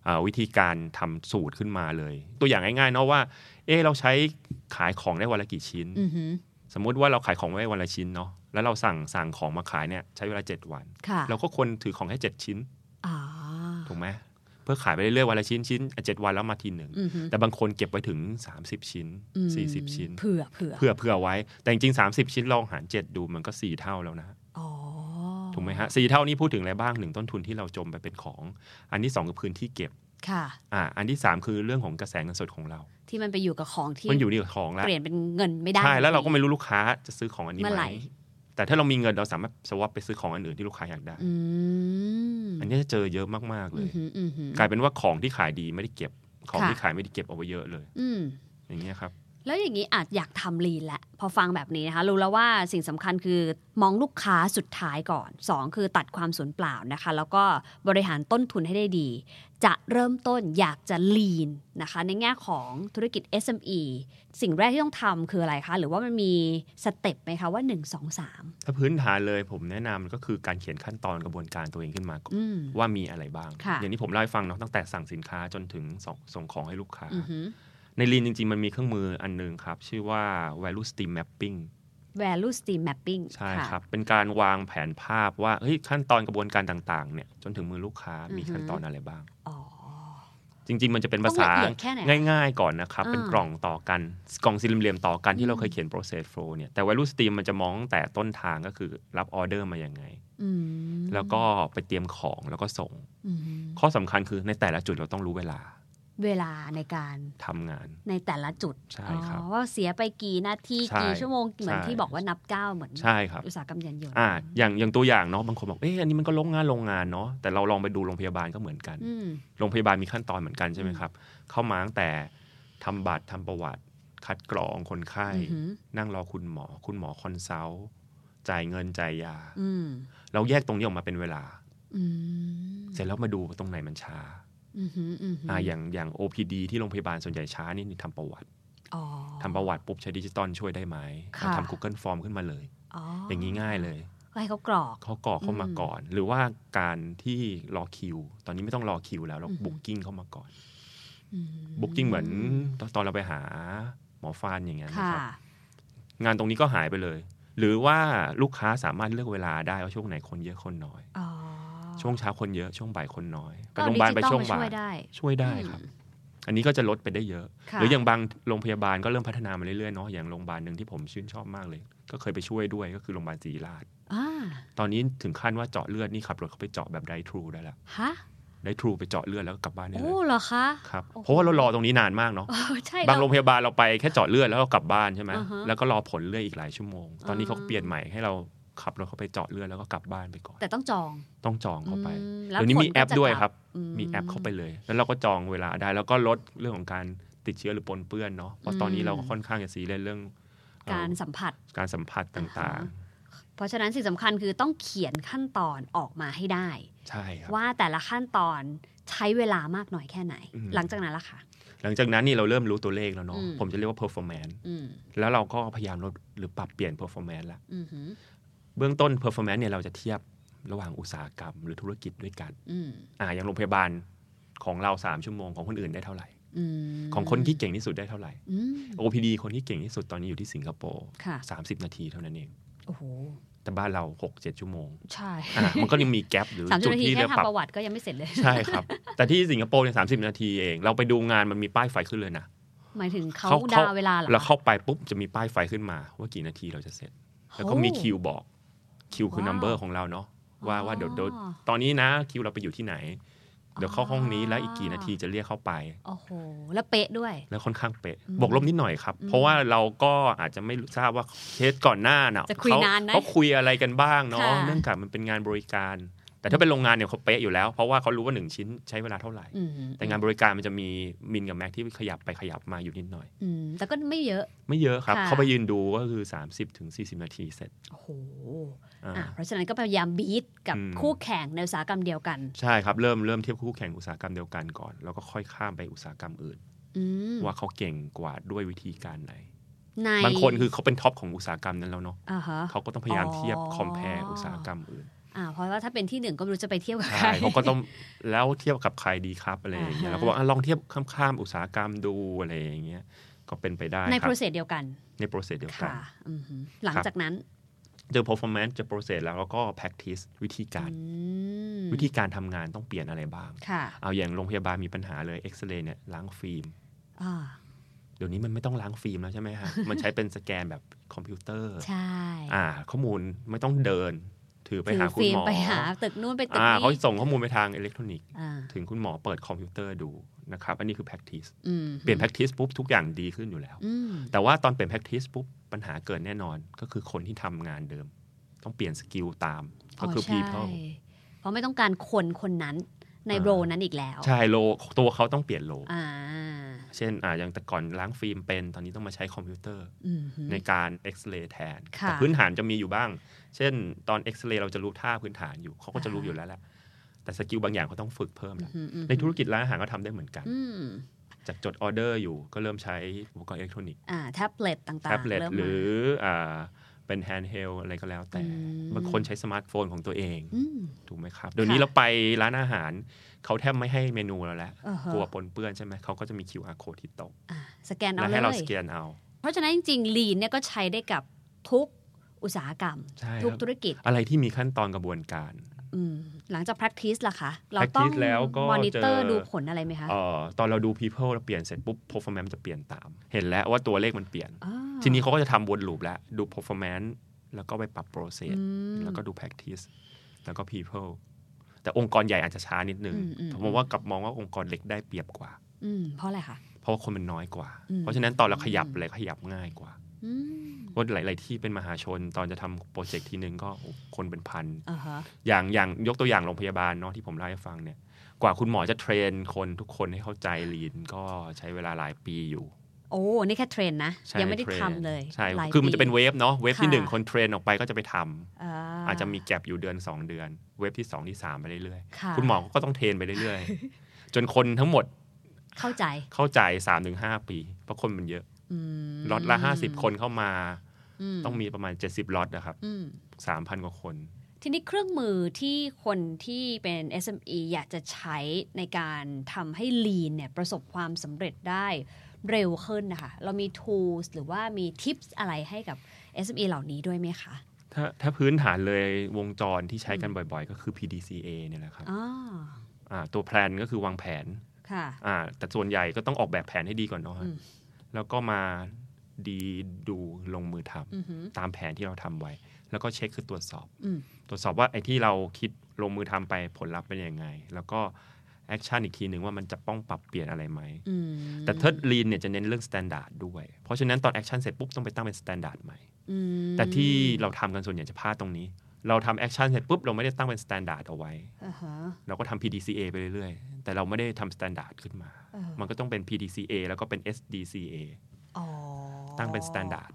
Speaker 3: เออวิธีการทำสูตรขึ้นมาเลย ตัวอย่างง่ายๆเนาะว่า เออเราใช้ขายของได้วันละกี่ชิ้น
Speaker 2: อืมฮึ
Speaker 3: สมมุติว่าเราขายของไว้วันละชิ้นเนาะแล้วเราสั่งสั่งของมาขายเนี่ยใช้เวลา 7 วัน
Speaker 2: ค่ะ
Speaker 3: เราก็ควรถือของให้ 7 ชิ้น
Speaker 2: อ๋อ
Speaker 3: ถูกไหมเพื่อขายไปเรื่อยๆวันละชิ้นชิ้นเจ็ดวันแล้วมาทีหนึ่ง
Speaker 2: อืมฮึ
Speaker 3: แต่บางคนเก็บไว้ถึง 30 ชิ้น
Speaker 2: อืม
Speaker 3: 40 ชิ้น
Speaker 2: เผื่อเผื่อ
Speaker 3: เพื่อเพื่อไว้ แต่จริงๆ 30 ชิ้นลองหาร 7 ดูมันก็ 4 เท่าแล้วนะ
Speaker 2: อ๋อ
Speaker 3: ถูกไหมฮะสเท่านี้พูดถึงอะไรบ้างหนึ่งต้นทุนที่เราจมไปเป็นของ อันที่สองคือพื้นที่เก็บ
Speaker 2: ค่ะ
Speaker 3: อ่าอันที่สามคือเรื่องของกระแสเงินสดของเรา
Speaker 2: ที่มันไปอยู่กับของที่
Speaker 3: มันอยู่นี่กับของแล้ว
Speaker 2: เปลี่ยนเป็นเงินไม่ได้
Speaker 3: ใช่แล้วเราก็ไม่รู้ลูกค้าจะซื้อของอันนี้
Speaker 2: เมื่อไห
Speaker 3: ไหม
Speaker 2: ร่
Speaker 3: แต่ถ้าเรามีเงินเราสามารถสวอปไปซื้อของอันอื่นที่ลูกค้าอยากได้
Speaker 2: อืม
Speaker 3: อันนี้จะเจอเยอะมากๆเล
Speaker 2: อื
Speaker 3: ย
Speaker 2: มฮึอืมฮึ
Speaker 3: กลายเป็นว่าของที่ขายดีไม่ได้เก็บ ของ
Speaker 2: ค่ะ
Speaker 3: ที่ขายไม่ได้เก็บเอาไว้เยอะเลย
Speaker 2: อืม
Speaker 3: อย่างเงี้ยครับ
Speaker 2: แล้วอย่างนี้อาจอยากทำลีนแหละ พอฟังแบบนี้นะคะ รู้แล้วว่าสิ่งสำคัญคือมองลูกค้าสุดท้ายก่อน 2 คือตัดความสูญเปล่านะคะ แล้วก็บริหารต้นทุนให้ได้ดี จะเริ่มต้นอยากจะลีนนะคะ ในแง่ของธุรกิจ SME สิ่งแรกที่ต้องทำคืออะไรคะ หรือว่ามันมีสเต็ปไหมคะว่า 1 2 3
Speaker 3: ถ้าพื้นฐานเลยผมแนะนำก็คือการเขียนขั้นตอนกระบวนการตัวเองขึ้นมาก่อน
Speaker 2: อืม
Speaker 3: ว่ามีอะไรบ้าง
Speaker 2: ค่ะ
Speaker 3: อย่างที่ผมเล่าให้ฟังเนาะตั้งแต่สั่งสินค้าจนถึงส่งส่งของให้ลูกค้า
Speaker 2: อือหือ
Speaker 3: ในลีนจริง ๆ มันมีเครื่องมืออันหนึงครับ ชื่อว่า value stream mapping
Speaker 2: value stream mapping
Speaker 3: ใช่ครับ เป็นการวางแผนภาพว่าเฮ้ยขั้นตอนกระบวนการต่างๆเนี่ยจนถึงมือลูกค้ามีขั้นตอนอะไรบ้าง
Speaker 2: อ๋อ
Speaker 3: จริง ๆ มันจะเป็นภา
Speaker 2: ต้อ
Speaker 3: ษา
Speaker 2: งละเอียดแค่ไหนคะ
Speaker 3: ง่ายๆก่อนนะครับ
Speaker 2: อ่า
Speaker 3: เป็นกล่องต่อกัน กล่องสี่เหลี่ยมๆต่อกัน
Speaker 2: อื
Speaker 3: ที่
Speaker 2: ม
Speaker 3: เราเคยเขียน process flow เนี่ยแต่ value stream มันจะมองตั้งแต่ต้นทางก็คือรับออเดอร์มาอย่างไง
Speaker 2: อืม
Speaker 3: แล้วก็ไปเตรียมของแล้วก็ส่ง
Speaker 2: อืม
Speaker 3: ข้อสำคัญคือในแต่ละจุดเราต้องรู้เวลา
Speaker 2: เวลาในการ
Speaker 3: ทำงาน
Speaker 2: ในแต่ละจุด
Speaker 3: ใช่ครับ
Speaker 2: อ๋อว่าเสียไปกี่นาที
Speaker 3: ใช่
Speaker 2: กี่ชั่วโมงเหมือน
Speaker 3: ใช่
Speaker 2: ที่บอกว่านับก้าวเหมือน
Speaker 3: ใช่ครับ
Speaker 2: อุตสาหกรรมยานยนต์
Speaker 3: อ่าอย่างอย่างตัวอย่างเนาะบางคนบอกเอ๊ะอันนี้มันก็โรงงานโรงงานเนาะแต่เราลองไปดูโรงพยาบาลก็เหมือนกัน
Speaker 2: อืม
Speaker 3: โรงพยาบาลมีขั้นตอนเหมือนกันใช่ไหมครับ เข้ามาตั้งแต่ทำบัตรทำประวัติ คัดกรองคนไข้
Speaker 2: อือหือ
Speaker 3: นั่งรอคุณหมอ คุณหมอคอนซัลท์จ่ายเงินจ่ายยา
Speaker 2: อืม
Speaker 3: เราแยกตรงนี้ออกมาเป็นเวลา
Speaker 2: อืม
Speaker 3: เสร็จแล้วมาดูตรงไหนมันช้า
Speaker 2: อืมหืมอืมหืม
Speaker 3: อ่าอย่างอย่าง OPD ที่โรงพยาบาลส่วนใหญ่ช้านี่นี่ทำประวัติ
Speaker 2: อ๋อ
Speaker 3: ทำประวัติปุ๊บใช้ดิจิตอลช่วยได้ไหม
Speaker 2: ค่ะ
Speaker 3: เราทำ Google Form ขึ้นมาเลย
Speaker 2: อ๋อ
Speaker 3: อ
Speaker 2: อย่าง
Speaker 3: นี้ง่ายเลย
Speaker 2: ก็ให้เขากรอก
Speaker 3: เขากรอกเข้ามา
Speaker 2: อืม
Speaker 3: ก่อน หรือว่าการที่รอคิว ตอนนี้ไม่ต้องรอคิวแล้วเรา
Speaker 2: อือหือ
Speaker 3: บุ๊กกิ้งเข้ามาก่อน
Speaker 2: อืม
Speaker 3: บุ๊กกิ้งเหมือนตอนเราไปหาหมอฟันอย่างเงี้ยนะ
Speaker 2: ค่ะ
Speaker 3: ครับงานตรงนี้ก็หายไปเลย หรือว่าลูกค้าสามารถเลือกเวลาได้ว่าช่วงไหนคนเยอะคนน้อย
Speaker 2: อ๋อ
Speaker 3: ช่วงเช้าคนเยอะช่วงบ่ายคนน้อยไป
Speaker 2: ก็
Speaker 3: โรงพยาบาล
Speaker 2: ดิ
Speaker 3: ไป
Speaker 2: จิตอ
Speaker 3: ช่วง
Speaker 2: มช่
Speaker 3: บ่า
Speaker 2: วย ยได้
Speaker 3: ช่วยได้ครับ อันนี้ก็จะลดไปได้เยอะ
Speaker 2: ค่ะ
Speaker 3: หรืออย่างบางโรงพยาบาลก็เริ่มพัฒนามาเรื่อยๆเนาะอย่างโรงพยาบาลหนึ่งที่ผมชื่นชอบมากเลย ก็เคยไปช่วยด้วยก็คือโรงพยาบาลศรีราช
Speaker 2: อ่า
Speaker 3: ตอนนี้ถึงขั้นว่าเจาะเลือดนี่ขับรถเข้าไปเจาะแบบไดทรูได้ละ
Speaker 2: ฮะ
Speaker 3: ไดทรูไปเจาะเลือดแล้วก็กลับบ้านได้เล
Speaker 2: โอ้
Speaker 3: ย
Speaker 2: เหรอคะ
Speaker 3: ครับเพราะว่าเรารอตรงนี้นานมากเนาะ
Speaker 2: เออใช่
Speaker 3: บาง
Speaker 2: เอ
Speaker 3: โรงพยาบาลเราไปแค่เจาะเลือดแล้วก็กลับบ้านใช่ไหม
Speaker 2: อ่าฮะ
Speaker 3: แล้วก็รอผลเลือดอีกหลายชั่วโมง ตอนนี้เขา
Speaker 2: อ่า
Speaker 3: เปลี่ยนใหม่ให้เราขับรถเข้าไปเจาะเลือดแล้วก็กลับบ้านไปก่อน
Speaker 2: แต่ต้องจอง
Speaker 3: ต้องจองเข้าไป
Speaker 2: อืมแล้
Speaker 3: เดี๋ยวนี้
Speaker 2: ผล
Speaker 3: มีแอป
Speaker 2: ก็จะ
Speaker 3: ด้วย
Speaker 2: กลั
Speaker 3: ครับ
Speaker 2: อื
Speaker 3: มีแอปเข้าไปเลย แล้วเราก็จองเวลาได้ แล้วก็ลดเรื่องของการติดเชื้อหรือปนเปื้อนเนาะเพราะตอนนี้
Speaker 2: อืม
Speaker 3: เราก็ค่อนข้างจะซีเรียสเรื่องเอ่อ
Speaker 2: การสัมผัส
Speaker 3: การสัมผัสต่าง
Speaker 2: อ่าฮะ เพราะฉะนั้นสิ่งสำคัญคือต้องเขียนขั้นตอนออกมาให้ได้
Speaker 3: ๆ ใช่ครับ
Speaker 2: ว่าแต่ละขั้นตอนใช้เวลามากน้อยแค่ไหน
Speaker 3: อืม
Speaker 2: หลังจากนั้นละค่ะ
Speaker 3: หลังจากนั้นนี่เราเริ่มรู้ตัวเลขแล้วเนาะ
Speaker 2: อืม
Speaker 3: ผมจะเรียกว่า performance
Speaker 2: อืม
Speaker 3: แล้วเราก็พยายามลดหรือปรับเปลี่ยน performance ละ
Speaker 2: อืมหืม
Speaker 3: เบื้องต้น performance เนี่ยเราจะเทียบระหว่างอุตสาหกรรมหรือธุรกิจด้วยกัน
Speaker 2: อืม
Speaker 3: อ่าอย่างโรงพยาบาลของเรา 3 ชั่วโมงของคนอื่นได้เท่าไหร่
Speaker 2: อืม
Speaker 3: ของคนที่เก่งที่สุดได้เท่าไหร่
Speaker 2: อืม
Speaker 3: OPD คนที่เก่งที่สุดตอนนี้อยู่ที่สิงคโปร์
Speaker 2: ค่ะ
Speaker 3: สามสิบนาทีเท่านั้นเอง
Speaker 2: โอ้โห
Speaker 3: แต่บ้านเรา 6 7 ชั่วโมง
Speaker 2: ใช่
Speaker 3: อ่ะมันก็ยังมีแกลบหรือ
Speaker 2: สามสิบ
Speaker 3: จุด
Speaker 2: นาที
Speaker 3: ที่
Speaker 2: แค่
Speaker 3: จะป
Speaker 2: ทำ
Speaker 3: รับ
Speaker 2: ประวัติก็ยังไม่เสร็จเลย
Speaker 3: ใช่ครับ แต่ที่สิงคโปร์เนี่ยสานาทีเอง เราไปดูงานมันมีป้ายไฟขึ้นเลยนะ
Speaker 2: หมายถึงเขาดาวเวลาเหรอ
Speaker 3: เราเข้าไปปุ๊บจะมีป้ายไฟขึ้นมา ว่ากี่นาทีเราจะเสร็จ แล้วก็มีคิวบอก คิวคือ
Speaker 2: ว้าว
Speaker 3: number ของเราเนาะว่าว่าเดี๋ยวเดี๋ยว
Speaker 2: อ๋อ
Speaker 3: ตอนนี้นะคิวเราไปอยู่ที่ไหน เดี๋ยวเข้าห้องนี้แล้วอีกกี่นาทีจะเรียกเข้าไป
Speaker 2: โอ้โห แล้วเป๊ะด้วย
Speaker 3: แล้วค่อนข้างเป๊ะ
Speaker 2: อืม
Speaker 3: บวกลบนิดหน่อยครับ
Speaker 2: อืม
Speaker 3: เพราะว่าเราก็อาจจะไม่ทราบว่าเคสก่อนหน้าน่ะ
Speaker 2: จะคุย
Speaker 3: เขา
Speaker 2: นานไหม
Speaker 3: เขาคุยอะไรกันบ้างเนาะ
Speaker 2: ค่ะ
Speaker 3: เนื่องจากมันเป็นงานบริการ แต่ถ้าเป็นโรงงานเนี่ยเขาเป๊ะอยู่แล้ว เพราะว่าเขารู้ว่าหนึ่งชิ้นใช้เวลาเท่าไหร่
Speaker 2: อืม
Speaker 3: แต่งานบริการมันจะมีมินกับแม็กที่ขยับไปขยับมาอยู่นิดหน่อย
Speaker 2: อืมแต่ก็ไม่เยอะ
Speaker 3: ไม่เยอะครับ
Speaker 2: ค่ะ
Speaker 3: เขาไปยืนดูก็คือ 30-40ถึง40 นาทีเสร็จ
Speaker 2: โอ้โห
Speaker 3: อ่า
Speaker 2: อ่ะเพราะฉะนั้นก็พยายามบีทกับ
Speaker 3: อืม
Speaker 2: คู่แข่งในอุตสาหกรรมเดียวกัน
Speaker 3: ใช่ครับ เริ่มเริ่มเทียบคู่แข่งอุตสาหกรรมเดียวกันก่อน แล้วก็ค่อยข้ามไปอุตสาหกรรมอื่น
Speaker 2: อืม
Speaker 3: ว่าเขาเก่งกว่าด้วยวิธีการไหน
Speaker 2: ใน
Speaker 3: บางคนคือเขาเป็นท็อปของอุตสาหกรรมนั้นแล้วเนาะ
Speaker 2: อ่าฮะ
Speaker 3: เขาก็ต้องพยายามเทียบ
Speaker 2: อ๋อ
Speaker 3: คอมเพลอุตสาหกรรมอื่น
Speaker 2: อ่าเพราะว่าถ้าเป็นที่หนึ่งก็ไม่รู้จะไปเที่ยวกับใคร
Speaker 3: ใช่เขาก็ต้องแล้วเทียบกับใครดีครับอะไรอย่างเงี้ย
Speaker 2: อ่าฮะ
Speaker 3: เราก็บอกอ่ะลองเทียบข้ามๆอุตสาหกรรมดูอะไรอย่างเงี้ยก็เป็นไปได้
Speaker 2: ใน
Speaker 3: ครับ
Speaker 2: process เดียวกัน
Speaker 3: ในโปรเซสเดียวกัน
Speaker 2: ค่ะอืมฮึหลัง
Speaker 3: ครับ
Speaker 2: จากนั้น
Speaker 3: เจอ performance เจอ process แล้วแล้วก็ practice วิธีการ
Speaker 2: อืม
Speaker 3: วิธีการทำงานต้องเปลี่ยนอะไรบ้าง
Speaker 2: ค่ะ
Speaker 3: เอาอย่างโรงพยาบาลมีปัญหาเลยเอ็กซเรย์เนี่ยล้างฟิล์ม
Speaker 2: อ่า
Speaker 3: เดี๋ยวนี้มันไม่ต้องล้างฟิล์มแล้วใช่ไหม ฮะ มันใช้เป็นสแกนแบบคอมพิวเตอร์
Speaker 2: ใช่
Speaker 3: อ่า ข้อมูลไม่ต้องเดิน ถือไป
Speaker 2: ถื
Speaker 3: หา
Speaker 2: อ
Speaker 3: คุณ
Speaker 2: ฟิล์
Speaker 3: ห
Speaker 2: ม
Speaker 3: มอ
Speaker 2: ไปหาตึกนู้นไปตึก
Speaker 3: อ่า
Speaker 2: นี้
Speaker 3: เขาส่งข้อมูลไปทางอิเล็กทรอนิกส์
Speaker 2: อ่า
Speaker 3: ถึงคุณหมอเปิดคอมพิวเตอร์ดูนะครับ อันนี้คือ practice
Speaker 2: อืม
Speaker 3: เปลี่ยน practice ปุ๊บทุกอย่างดีขึ้นอยู่แล้ว
Speaker 2: อืม
Speaker 3: แต่ว่าตอนเปลี่ยน practice ปุ๊บปัญหาเกิดแน่นอน ก็คือคนที่ทำงานเดิม ต้องเปลี่ยนสกิลตาม ก็คือ
Speaker 2: ใช่
Speaker 3: people
Speaker 2: เพราะไม่ต้องการคนคนนั้นใน
Speaker 3: อ่า
Speaker 2: โรนั้นอีกแล้ว
Speaker 3: ใช่โลตัวเขาต้องเปลี่ยนโล
Speaker 2: อ่า
Speaker 3: เช่นอ่าอย่างแต่ก่อนล้างฟิล์มเป็น ตอนนี้ต้องมาใช้คอมพิวเตอร์
Speaker 2: อืมฮึ
Speaker 3: ในการเอ็กซเรย์แทน
Speaker 2: ค่ะ
Speaker 3: แต่พื้นฐานจะมีอยู่บ้าง เช่น ตอนเอ็กซเรย์เราจะรู้ท่าพื้นฐานอยู่ เขาก็จะรู้
Speaker 2: อ่า
Speaker 3: อยู่แล้วแหละ แต่สกิลบางอย่างเขาต้องฝึกเพิ่ม
Speaker 2: อืม
Speaker 3: ละ
Speaker 2: ฮึอืมฮึ
Speaker 3: ในธุรกิจร้านอาหารก็ทำได้เหมือนกัน
Speaker 2: อืม
Speaker 3: จากจดออเดอร์อยู่ก็เริ่มใช้อุปกรณ์อิเล็กทรอนิกส์
Speaker 2: อ่าแท็บเล็ตต่างๆ
Speaker 3: แท็บเล็ต
Speaker 2: ริ่ม
Speaker 3: ห
Speaker 2: มา
Speaker 3: รืออ่าเป็นแฮนด์เฮลอะไรก็แล้วแต่
Speaker 2: อืม
Speaker 3: บางคนใช้สมาร์ทโฟนของตัวเอง
Speaker 2: ม
Speaker 3: ถูกไหมครับ เดี๋ยวนี้
Speaker 2: ค่ะ
Speaker 3: เราไปร้านอาหาร เขาแทบไม่ให้เมนูแล้วแหละ
Speaker 2: อ่าฮะ
Speaker 3: กลัวปนเปื้อนใช่ไหมเขาก็จะมี QR code ที่ตก
Speaker 2: อ่าสแกน
Speaker 3: แล้
Speaker 2: เอา
Speaker 3: ว
Speaker 2: เล
Speaker 3: ให้เรา
Speaker 2: ย
Speaker 3: สแกนเอา
Speaker 2: เพราะฉะนั้นจริงๆ lean เนี่ยก็ใช้ได้กับทุกอุตสาหกรรม
Speaker 3: ใช่
Speaker 2: ทุก
Speaker 3: ครับ
Speaker 2: ธุรกิจ
Speaker 3: อะไรที่มีขั้นตอนกระบวนการ
Speaker 2: อืมหลังจาก practice ล่ะคะเราต้อง
Speaker 3: practice แล้วก็
Speaker 2: monitor
Speaker 3: เจอ
Speaker 2: ดูผลอะไรไหมคะ
Speaker 3: เอ่อตอนเราดู people เราเปลี่ยนเสร็จปุ๊บ performance จะเปลี่ยนตาม เห็นแล้วว่าตัวเลขมันเปลี่ยน
Speaker 2: า
Speaker 3: ทีนี้เขาก็จะทำวนลูปแล้วดู performance แล้วก็ไปปรับ process
Speaker 2: อืม
Speaker 3: แล้วก็ดู practice แล้วก็ people แต่องค์กรใหญ่อาจจะช้านิดนึง
Speaker 2: อืมอืม
Speaker 3: ผมว่ากลับมองว่าองค์กรเล็กได้เปรียบกว่า
Speaker 2: อืมเพราะอะไรคะ
Speaker 3: เพราะว่าคนมันน้อยกว่า
Speaker 2: อืม
Speaker 3: เพราะฉะนั้นตอนเราขยับอะไรขยับง่ายกว่า
Speaker 2: อืม
Speaker 3: ว่าะหลาย ๆ ที่เป็นมหาชนตอนจะทำโปรเจกต์ทีนึงก็โอ้คนเป็นพัน
Speaker 2: อ่าฮะ
Speaker 3: อย่างอย่างยกตัวอย่างโรงพยาบาลเนาะที่ผมเล่าให้ฟังเนี่ยกว่าคุณหมอจะเทรนคนทุกคนให้เข้าใจลีนก็ใช้เวลาหลายปีอยู่
Speaker 2: โอ้ นี่แค่เทรนนะ
Speaker 3: ใช่
Speaker 2: ยังไม่ได้
Speaker 3: ทรน
Speaker 2: ทำเลย
Speaker 3: ใช่
Speaker 2: หลาย
Speaker 3: คือมันจะเป็นเวฟเนาะเวฟที่
Speaker 2: ค่ะ
Speaker 3: หนึ่งคนเทรนออกไปก็จะไปทำ
Speaker 2: อ่
Speaker 3: อาจจะมีแกลบอยู่เดือนสองเดือน เวฟที่สองที่สามไปเรื่อย
Speaker 2: ค่ะ
Speaker 3: ๆ คุณหมอก็ต้องเทรนไปเรื่อยๆ จนคนทั้งหมด
Speaker 2: เข้าใจ
Speaker 3: เข้าใจ3าถึงหปี เพราะคนมันเยอะ
Speaker 2: อืม
Speaker 3: ล็อตละ 50 คนเข้ามา
Speaker 2: อืม
Speaker 3: ต้องมีประมาณ 70ล็อตนะครับ
Speaker 2: อืม
Speaker 3: 3,000 กว่าคน
Speaker 2: ทีนี้เครื่องมือที่คนที่เป็น SME อยากจะใช้ในการทำให้ Lean เนี่ยประสบความสำเร็จได้เร็วขึ้นนะคะ เรามี tools หรือว่ามี tips อะไรให้กับ SME เหล่านี้ด้วยไหมคะ
Speaker 3: ถ้าถ้าพื้นฐานเลยวงจรที่ใช้กันบ่อยๆ ก็คือ PDCA เนี่ยแหละครับ
Speaker 2: อ๋อ
Speaker 3: อ่าตัวแพลนก็คือวางแผน
Speaker 2: ค่ะ
Speaker 3: อ่าแต่ส่วนใหญ่ก็ต้องออกแบบแผนให้ดีก่อนเนาะ
Speaker 2: อืม
Speaker 3: แล้วก็มาดีดูลงมือทำ
Speaker 2: อือหือ
Speaker 3: ตามแผนที่เราทำไว้ แล้วก็เช็คคือตรวจสอบ
Speaker 2: อืม
Speaker 3: ตรวจสอบว่าไอ้ที่เราคิดลงมือทำไปผลลัพธ์เป็นยังไง แล้วก็แอคชั่นอีกทีหนึ่งว่ามันจะป้องปรับเปลี่ยนอะไรไหม
Speaker 2: อืม
Speaker 3: แต่เทิร์ดลีนเนี่ยจะเน้นเรื่องสแตนดาร์ดด้วย เพราะฉะนั้นตอนแอคชั่นเสร็จปุ๊บต้องไปตั้งเป็นสแตนดาร์ดใหม่
Speaker 2: อืม
Speaker 3: แต่ที่เราทำกันส่วนใหญ่จะพลาดตรงนี้ เราทำแอคชั่นเสร็จปุ๊บเราไม่ได้ตั้งเป็นสแตนดาร์ดเอาไว้
Speaker 2: อ่าฮะ
Speaker 3: เราก็ทำ PDCA ไปเรื่อยๆ แต่เราไม่ได้ทำ standard ขึ้นมา
Speaker 2: เออ
Speaker 3: มันก็ต้องเป็น PDCA แล้วก็เป็น SDCA
Speaker 2: อ๋อ
Speaker 3: ตั้งเป็น standard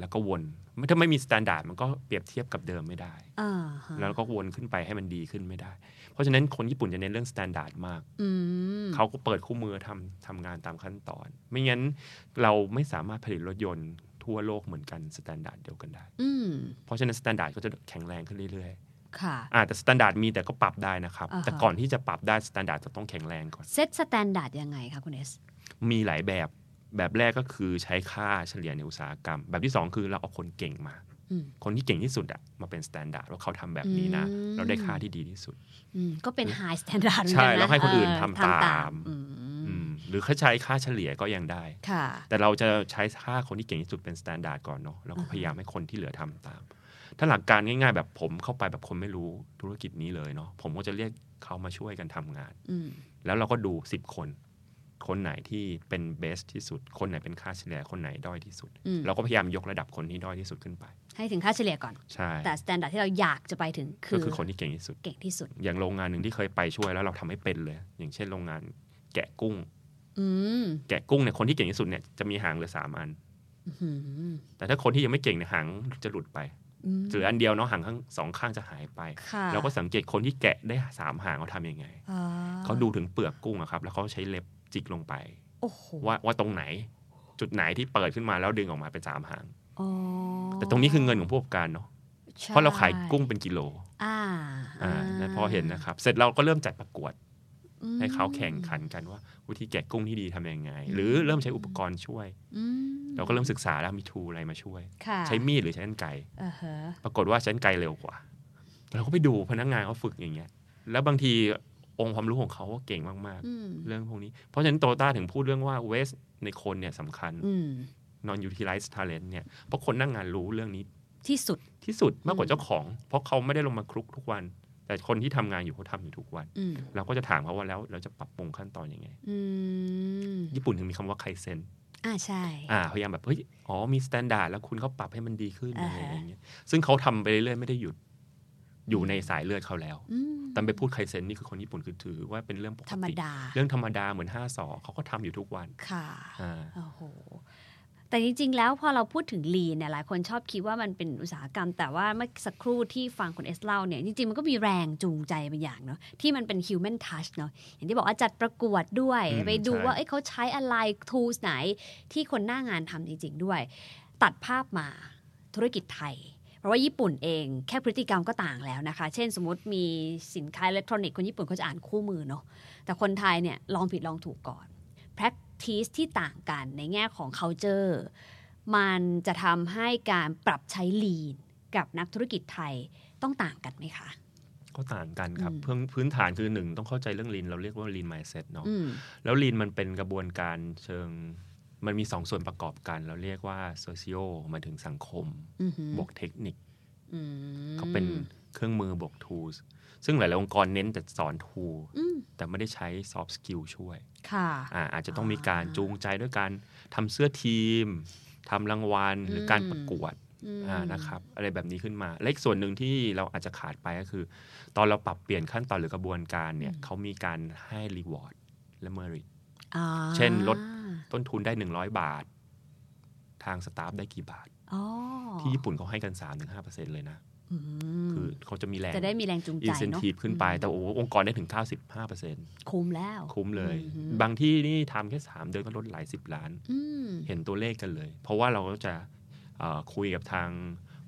Speaker 3: แล้วก็วน ถ้าไม่มี standard มันก็เปรียบเทียบกับเดิมไม่ได้
Speaker 2: อ่าฮะ
Speaker 3: แล้วก็วนขึ้นไปให้มันดีขึ้นไม่ได้ เพราะฉะนั้นคนญี่ปุ่นจะเน้นเรื่อง standard มาก
Speaker 2: อืม
Speaker 3: เขาก็เปิดคู่มือทำทำงานตามขั้นตอน ไม่งั้นเราไม่สามารถผลิตรถยนต์ทั่วโลกเหมือนกัน standard เดียวกันได้
Speaker 2: อืม
Speaker 3: เพราะฉะนั้น standard ก็จะแข็งแรงขึ้นเรื่อย
Speaker 2: ค่ะ
Speaker 3: ๆอ่าแต่ standard มีแต่ก็ปรับได้นะครับ
Speaker 2: อ่าฮะ
Speaker 3: แต่ก่อนที่จะปรับได้ standard จะต้องแข็งแรงก่อน
Speaker 2: เซตสแตนดาร์ดยังไงคะคุณเอส
Speaker 3: มีหลายแบบแบบแรกก็คือใช้ค่าเฉลี่ยในอุตสาหกรรม แบบที่สองคือเราเอาคนเก่งมา
Speaker 2: อืม
Speaker 3: คนที่เก่งที่สุดอะมาเป็นสแตนดาร์ดว่าเขาทำแบบนี้นะ
Speaker 2: อืม
Speaker 3: เราได้ค่าที่ดีที่สุด
Speaker 2: อืมก็เป็นไฮสแตนดาร์ด
Speaker 3: ใช่แล้วให้คนอื่นทำตาม
Speaker 2: อืม
Speaker 3: อืมหรือเขาใช้ค่าเฉลี่ยก็ยังได้
Speaker 2: ค่ะ
Speaker 3: แต่เราจะใช้ค่าคนที่เก่งที่สุดเป็นสแตนดาร์ดก่อนเนาะแล้วก็
Speaker 2: อ่าฮะ
Speaker 3: พยายามให้คนที่เหลือทำตาม ถ้าหลักการง่ายๆ แบบผมเข้าไปแบบคนไม่รู้ธุรกิจนี้เลยเนาะผมก็จะเรียกเขามาช่วยกันทำงาน
Speaker 2: อืม
Speaker 3: แล้วเราก็ดู 10 คน คนไหนที่เป็นเบสที่สุด คนไหนเป็นค่าเฉลี่ย คนไหนด้อยที่สุด
Speaker 2: อืม
Speaker 3: เราก็พยายามยกระดับคนที่ด้อยที่สุดขึ้นไป
Speaker 2: ให้ถึงค่าเฉลี่ยก่อน
Speaker 3: ใช่
Speaker 2: แต่สแตนดาร์ดที่เราอยากจะไปถึงคื
Speaker 3: ก็
Speaker 2: อ
Speaker 3: คือคนที่เก่งที่สุด
Speaker 2: เก่งที่สุด
Speaker 3: อย่างโรงงานหนึ่งที่เคยไปช่วยแล้วเราทำให้เป็นเลย อย่างเช่นโรงงานแกะกุ้ง
Speaker 2: อืม
Speaker 3: แกะกุ้งเนี่ยคนที่เก่งที่สุดเนี่ยจะมีหางเหลือสามอัน
Speaker 2: อืม
Speaker 3: แต่ถ้าคนที่ยังไม่เก่งเนี่ยหางจะหลุดไป
Speaker 2: อืม
Speaker 3: เหลืออันเดียวเนาะหางข้างสองข้างจะหายไป
Speaker 2: ค่ะ
Speaker 3: เราก็สังเกตคนที่แกะได้สามหางเขาทำยังไง
Speaker 2: อ่
Speaker 3: เขาดูถึงเปลือกกุ้งอะครับแล้วเขาใช้เล็บจิกลงไป
Speaker 2: โอ้โห
Speaker 3: ว่าว่าตรงไหน จุดไหนที่เปิดขึ้นมาแล้วดึงออกมาเป็นสามหาง
Speaker 2: อ๋อ
Speaker 3: แต่ตรงนี้คือเงินของผู้ประกอบการเนาะ
Speaker 2: ใช่
Speaker 3: เพราะเราขายกุ้งเป็นกิโล
Speaker 2: อ่า
Speaker 3: อ่านะพอเห็นนะครับ เสร็จเราก็เริ่มจัดประกวด
Speaker 2: อืม
Speaker 3: ให้เขาแข่งขันกันว่า วิธีแกะกุ้งที่ดีทำยังไง หรือเริ่มใช้อุปกรณ์ช่วย
Speaker 2: อืม
Speaker 3: เราก็เริ่มศึกษาแล้วมีทูอะไรมาช่วย
Speaker 2: ค่ะ
Speaker 3: ใช้มีดหรือใช้กันไก
Speaker 2: อ่าฮะ
Speaker 3: ปรากฏว่าฉันไกลเร็วกว่า เราก็ไปดูพนักงานเขาฝึกอย่างเงี้ย แล้วบางทีองค์ความรู้ของเขาก็เก่งมาก
Speaker 2: อืม
Speaker 3: ๆ เรื่องพวกนี้ เพราะฉะนั้นโตต้าถึงพูดเรื่องว่าเวสในคนเนี่ยสำคัญ
Speaker 2: อืม
Speaker 3: non utilized talent เนี่ย เพราะคนนั่งงานรู้เรื่องนี้
Speaker 2: ที่สุด
Speaker 3: ที่สุดมากกว่า
Speaker 2: อืม
Speaker 3: เจ้าของ เพราะเขาไม่ได้ลงมาคลุกทุกวัน แต่คนที่ทำงานอยู่เขาทำอยู่ทุกวัน
Speaker 2: อืม
Speaker 3: เราก็จะถามเขาว่าแล้วเราจะปรับปรุงขั้นตอนอยังไง
Speaker 2: อืม
Speaker 3: ญี่ปุ่นถึงมีคำว่าไคเซน
Speaker 2: อ่าใช่
Speaker 3: อ่าพยายามแบบเฮ้ยอ๋อมีสแตนดาร์ดแล้วคุณเขาปรับให้มันดีขึ้น
Speaker 2: อ่า
Speaker 3: อะไร
Speaker 2: ฮะ
Speaker 3: อย่างเงี้ยซึ่งเขาทำไปเรื่อยๆไม่ได้หยุด อยู่ในสายเลือดเขาแล้ว
Speaker 2: อืม
Speaker 3: ตอนไปพูดไคเซนนี่คือคนญี่ปุ่นคือถือว่าเป็นเรื่องปก
Speaker 2: ธรรม
Speaker 3: ติ
Speaker 2: ดา
Speaker 3: เรื่องธรรมดาเหมือนห้าสอเขาก็ทำอยู่ทุกวัน
Speaker 2: ค่ะ
Speaker 3: อ่า
Speaker 2: โอ้โห แต่จริง ๆ แล้วพอเราพูดถึงลีนเนี่ยหลายคนชอบคิดว่ามันเป็นอุตสาหกรรม แต่ว่าเมื่อสักครู่ที่ฟังคุณเอสเล่าเนี่ย จริง ๆ มันก็มีแรงจูงใจบางอย่างเนาะที่มันเป็น human touch เนาะอย่างที่บอกว่าจัดประกวดด้วย ไปดูว่าเอ้ยเขาใช้อะไร tools ไหน ที่คนหน้างานทำจริง ๆ ด้วย ตัดภาพมาธุรกิจไทย เพราะว่าญี่ปุ่นเองแค่พฤติกรรมก็ต่างแล้วนะคะ เช่นสมมติมีสินค้าอิเล็กทรอนิกส์คนญี่ปุ่นเขาจะอ่านคู่มือเนาะแต่คนไทยเนี่ยลองผิดลองถูกก่อน practice ที่ต่างกันในแง่ของ culture มันจะทำให้การปรับใช้ lean กับนักธุรกิจไทยต้องต่างกันไหมคะ
Speaker 3: ก็ต่างกันครับ
Speaker 2: อืม
Speaker 3: เพื่อพื้นฐานคือหนึ่งต้องเข้าใจเรื่องลีนเราเรียกว่าลีนไมเซ็ตเนาะ
Speaker 2: อืม
Speaker 3: แล้วลีนมันเป็นกระบวนการเชิงมันมีสองส่วนประกอบกัน เราเรียกว่า socio มันถึงสังคม
Speaker 2: อือหือบ
Speaker 3: วกเทคนิค
Speaker 2: อืม
Speaker 3: เขาเป็นเครื่องมือบวก tools ซึ่งหลาย ๆ องค์กรเน้นแต่สอน tool
Speaker 2: อืม
Speaker 3: แต่ไม่ได้ใช้ soft skill ช่วย
Speaker 2: ค่ะ
Speaker 3: อาอาจจะต้องมีการ
Speaker 2: อ่า
Speaker 3: จูงใจด้วยการทำเสื้อทีมทำรางวัล หรือการ
Speaker 2: อืม
Speaker 3: ประกวด
Speaker 2: อืม
Speaker 3: อ่านะครับ อะไรแบบนี้ขึ้นมา และอีกส่วนหนึ่งที่เราอาจจะขาดไปก็คือ ตอนเราปรับเปลี่ยนขั้นตอนหรือกระบวนการเนี่ยเขามีการให้ reward และ merit
Speaker 2: อ่า
Speaker 3: เช่นลด ต้นทุนได้ 100 บาท ทางสตาฟได้กี่บาท
Speaker 2: อ๋อ
Speaker 3: ที่ญี่ปุ่นเขาให้กัน 3-5%เลยนะ
Speaker 2: อืม
Speaker 3: คือเขาจะมีแรง
Speaker 2: จะได้มีแรงจูง
Speaker 3: อิ
Speaker 2: ใจ
Speaker 3: นเซน
Speaker 2: เนาะ
Speaker 3: ทีฟขึ้นไปแต่โอ้โหองค์กรได้ถึง 95%
Speaker 2: คุ้มแล้ว
Speaker 3: คุ้มเลย
Speaker 2: อืม
Speaker 3: บางที่นี่ทำแค่ 3 เดือนก็ลดหลาย 10 ล้าน
Speaker 2: อืม
Speaker 3: เห็นตัวเลขกันเลย เพราะว่าเราก็จะเอ่อคุยกับทาง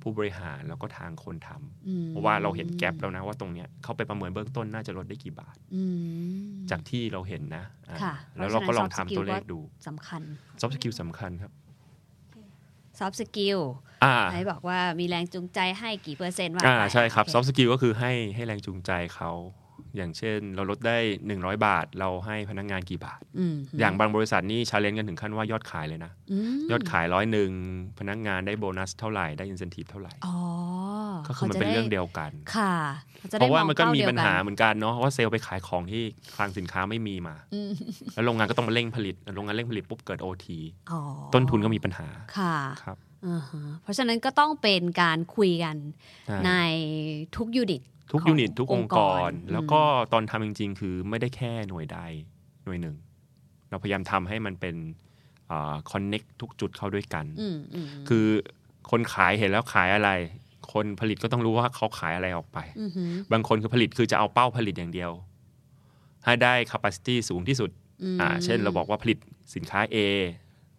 Speaker 3: ผู้บริหารแล้วก็ทางคนทำ
Speaker 2: อืม
Speaker 3: เพราะว่าเราเห็นแกลบแล้วนะว่าตรงเนี้ยเขาไปประเมินเบื้องต้นน่าจะลดได้กี่บาท
Speaker 2: อืม
Speaker 3: จากที่เราเห็นนะอ่า
Speaker 2: ค่ะ
Speaker 3: แล้วเราก็ลองทำตัวเลขดู
Speaker 2: สำคัญ
Speaker 3: ซอฟต์สกิลสำคัญครับ
Speaker 2: soft skill
Speaker 3: อ่า
Speaker 2: ไหนบอกว่ามีแรงจูงใจให้กี่เปอร์เซ็นต์ว่า
Speaker 3: อ่า
Speaker 2: ไป
Speaker 3: ใช่ครับ
Speaker 2: โอเ
Speaker 3: ซอฟต์สกิลก็คือให้ให้แรงจูงใจเขาอย่างเช่น เราลดได้ 100 บาท เราให้พนักงานกี่บาท
Speaker 2: อืม
Speaker 3: อย่างบางบริษัทนี่ชาเลนจ์กันถึงขั้นว่ายอดขายเลยนะ
Speaker 2: ม
Speaker 3: ยอดขายร้อยหนึ่งพนักงานได้โบนัสเท่าไหร่ ได้อินเซนティブเท่าไหร่
Speaker 2: อ๋อ
Speaker 3: ก็คือมันเป็นเรื่องเดียวกัน
Speaker 2: ค่ะขจะ
Speaker 3: เพ
Speaker 2: ได้
Speaker 3: ราะว่ามันก็มี
Speaker 2: อง
Speaker 3: ปัญ
Speaker 2: เป้
Speaker 3: หา
Speaker 2: เดียว
Speaker 3: เหมือนกันเนาะว่าเซลล์ไปขายของที่คลังสินค้าไม่มี มา
Speaker 2: อืม
Speaker 3: แล้วโรงงานก็ต้องมาเร่งผลิตโรงงานเร่งผลิตปุ๊บเกิด OT
Speaker 2: อ๋อ
Speaker 3: ต้นทุนก็มีปัญหา
Speaker 2: ค่ะ
Speaker 3: ครับ
Speaker 2: อ่าฮะเพราะฉะนั้นก็ต้องเป็นการคุยกัน
Speaker 3: ใช่
Speaker 2: ในทุกยูนิต
Speaker 3: ทุก
Speaker 2: ของ
Speaker 3: ยูนิตทุกองค์ก
Speaker 2: องค์
Speaker 3: ร
Speaker 2: กร
Speaker 3: แล้วก็ตอนทำจริง ๆ คือไม่ได้แค่หน่วยใดหน่วยหนึ่ง เราพยายามทำให้มันเป็นคอนเน็กทุกจุดเข้าด้วยกัน
Speaker 2: อืมอืม
Speaker 3: คือคนขายเห็นแล้วขายอะไร คนผลิตก็ต้องรู้ว่าเขาขายอะไรออกไป
Speaker 2: อหือบ
Speaker 3: างคนคือผลิตคือจะเอาเป้าผลิตอย่างเดียว ให้ได้ capacity สูงที่สุด
Speaker 2: ม
Speaker 3: อ่า เช่นเราบอกว่าผลิตสินค้า A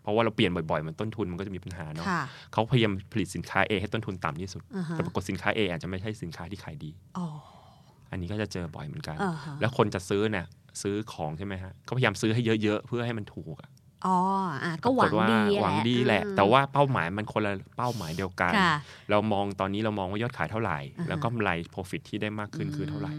Speaker 3: เพราะว่าเราเปลี่ยนบ่อยๆ มันต้นทุนมันก็จะมีปัญหาเนาะ
Speaker 2: ค่ะ
Speaker 3: เขาพยายามผลิตสินค้า A ให้ต้นทุนต่ำที่สุด
Speaker 2: อ่าฮะ
Speaker 3: แต่ปรากฏสินค้า A อาจจะไม่ใช่สินค้าที่ขายดี
Speaker 2: อ๋อ
Speaker 3: อันนี้ก็จะเจอบ่อยเหมือนกัน
Speaker 2: อ่าฮะ
Speaker 3: แล้วคนจะซื้อเนี่ยซื้อของใช่ไหมฮะก็พยายามซื้อให้เยอะๆ เพื่อให้มันถูกอะ
Speaker 2: อ๋ออ่ะก็หวัง
Speaker 3: ปราก
Speaker 2: ด
Speaker 3: ฏา
Speaker 2: ี
Speaker 3: หวังดีแหละ
Speaker 2: อืม
Speaker 3: แต่ว่าเป้าหมายมันคนละเป้าหมายเดียวกัน
Speaker 2: ค่ะ
Speaker 3: เรามองตอนนี้เรามองว่ายอดขายเท่าไหร่
Speaker 2: อ่าฮะ
Speaker 3: แล้วก็กำไร profit ที่ได้มากขึ้นคือเท่าไหร่